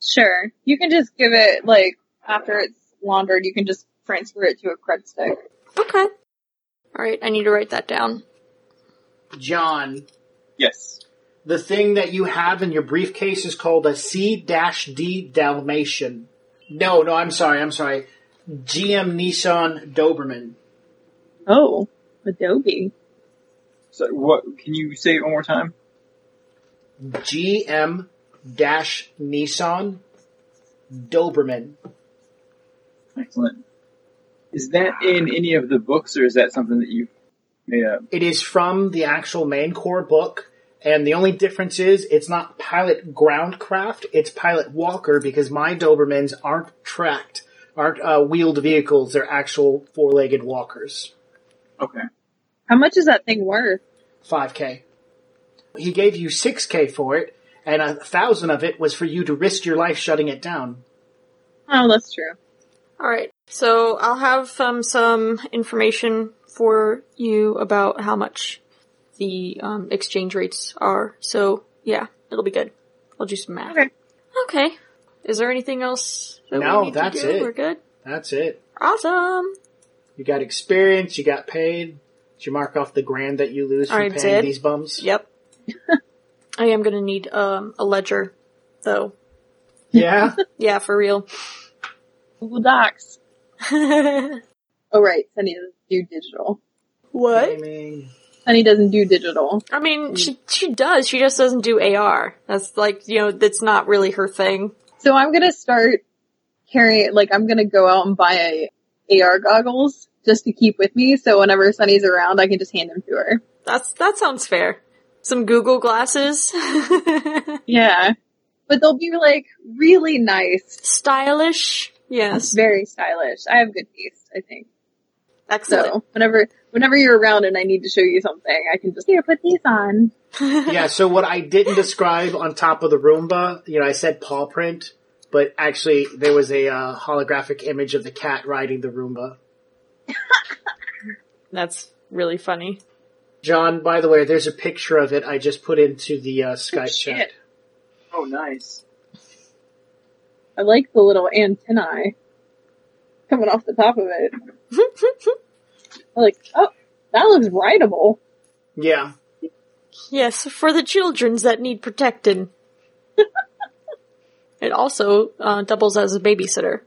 Sure. You can just give it like after it's laundered, you can just transfer it to a cred stick. Okay. All right, I need to write that down. John, Yes. the thing that you have in your briefcase is called a C-D Dalmatian. No, no, I'm sorry, I'm sorry. GM Nissan Doberman. Oh, Adobe. So what? Can you say it one more time? GM dash Nissan Doberman. Excellent. Is that in any of the books, or is that something that you made up? It is from the actual main core book, and the only difference is it's not pilot groundcraft, it's pilot walker because my Dobermans aren't tracked, aren't uh, wheeled vehicles, they're actual four-legged walkers. Okay. How much is that thing worth? 5k. He gave you 6k for it, and a thousand of it was for you to risk your life shutting it down. Oh, that's true. All right. So I'll have um, some information for you about how much the um, exchange rates are. So yeah, it'll be good. I'll do some math. Okay. Okay. Is there anything else that No, we need that's to do? it. We're good. That's it. Awesome. You got experience, you got paid. Did you mark off the grand that you lose from I paying did. these bums? Yep. I am gonna need um, a ledger, though. Yeah? Yeah, for real. Google Docs. Oh, right. Sunny doesn't do digital. what? Gaming. Sunny doesn't do digital. I mean, she she does. She just doesn't do AR. That's like you know, that's not really her thing. So I'm gonna start carrying, like, I'm gonna go out and buy a AR goggles just to keep with me. So whenever Sunny's around, I can just hand them to her. That's that sounds fair. Some Google glasses, Yeah. But they'll be like really nice. stylish. Yes, Very stylish. I have good taste, I think. excellent. So whenever, whenever you're around and I need to show you something, I can just, here, put these on. yeah, so what I didn't describe on top of the Roomba, you know, I said paw print, but actually there was a uh, holographic image of the cat riding the Roomba. That's really funny. John, by the way, there's a picture of it I just put into the uh, Skype Shit. chat. Oh, nice. I like the little antennae coming off the top of it. I'm like, oh, that looks rideable. Yeah. yes, for the childrens that need protecting. it also uh, doubles as a babysitter.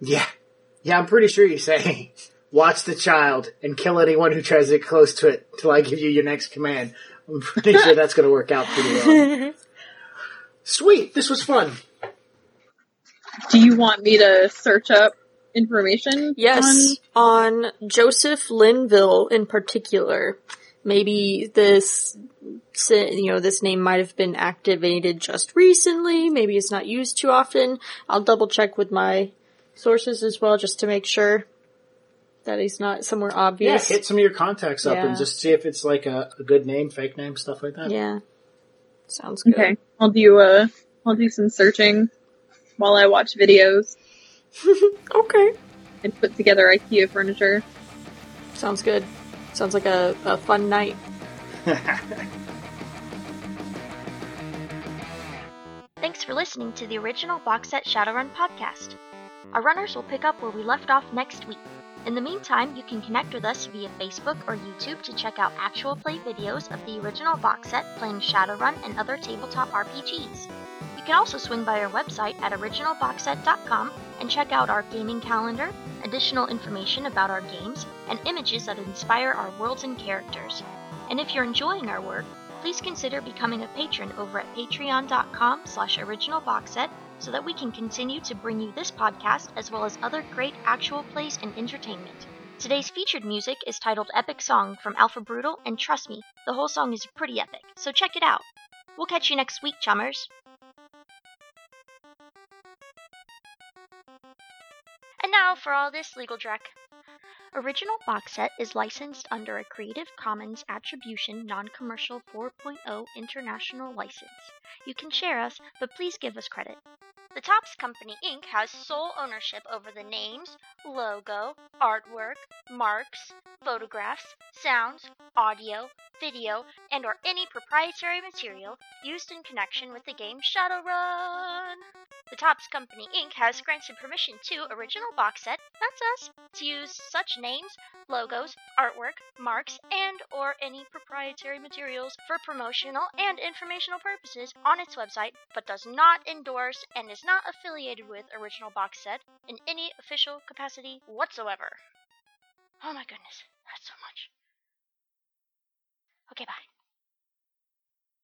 Yeah. Yeah, I'm pretty sure you say, watch the child and kill anyone who tries to get close to it till I give you your next command. I'm pretty sure that's going to work out pretty well. Sweet. This was fun. Do you want me to search up information? Yes, on, Joseph Linville in particular. Maybe this, si- you know, this name might have been activated just recently. Maybe it's not used too often. I'll double check with my sources as well just to make sure that he's not somewhere Yeah, obvious. hit some of your contacts up Yeah. and just see if it's like a, a good name, fake name, stuff like that. Yeah. Sounds On- good. okay, I'll do uh, I'll do some searching while I watch videos Okay. and put together IKEA furniture. Sounds good. Sounds like a, a fun night. Thanks for listening to the original Box Set Shadowrun podcast. Our runners will pick up where we left off next week. In the meantime, you can connect with us via Facebook or YouTube to check out actual play videos of the original box set playing Shadowrun and other tabletop RPGs. You can also swing by our website at originalboxset.com and check out our gaming calendar, additional information about our games, and images that inspire our worlds and characters. And if you're enjoying our work, please consider becoming a patron over at patreon.com slash originalboxset so that we can continue to bring you this podcast as well as other great actual plays and entertainment. Today's featured music is titled Epic Song from Alpha Brutal, and trust me, the whole song is pretty epic, so check it out. We'll catch you next week, chummers. And now for all this legal dreck. Original Box Set is licensed under a Creative Commons Attribution Non Commercial 4.0 International License. You can share us, but please give us credit. The Tops Company Inc. has sole ownership over the names, logo, artwork, marks, photographs, sounds, audio, video, and or any proprietary material used in connection with the game Shadowrun. The Tops Company Inc. has granted permission to Original Box Set, that's us, to use such names, logos, artwork, marks, and or any proprietary materials for promotional and informational purposes on its website, but does not endorse and is not affiliated with Original Box Set in any official capacity whatsoever. Oh my goodness, that's so much. Okay, bye.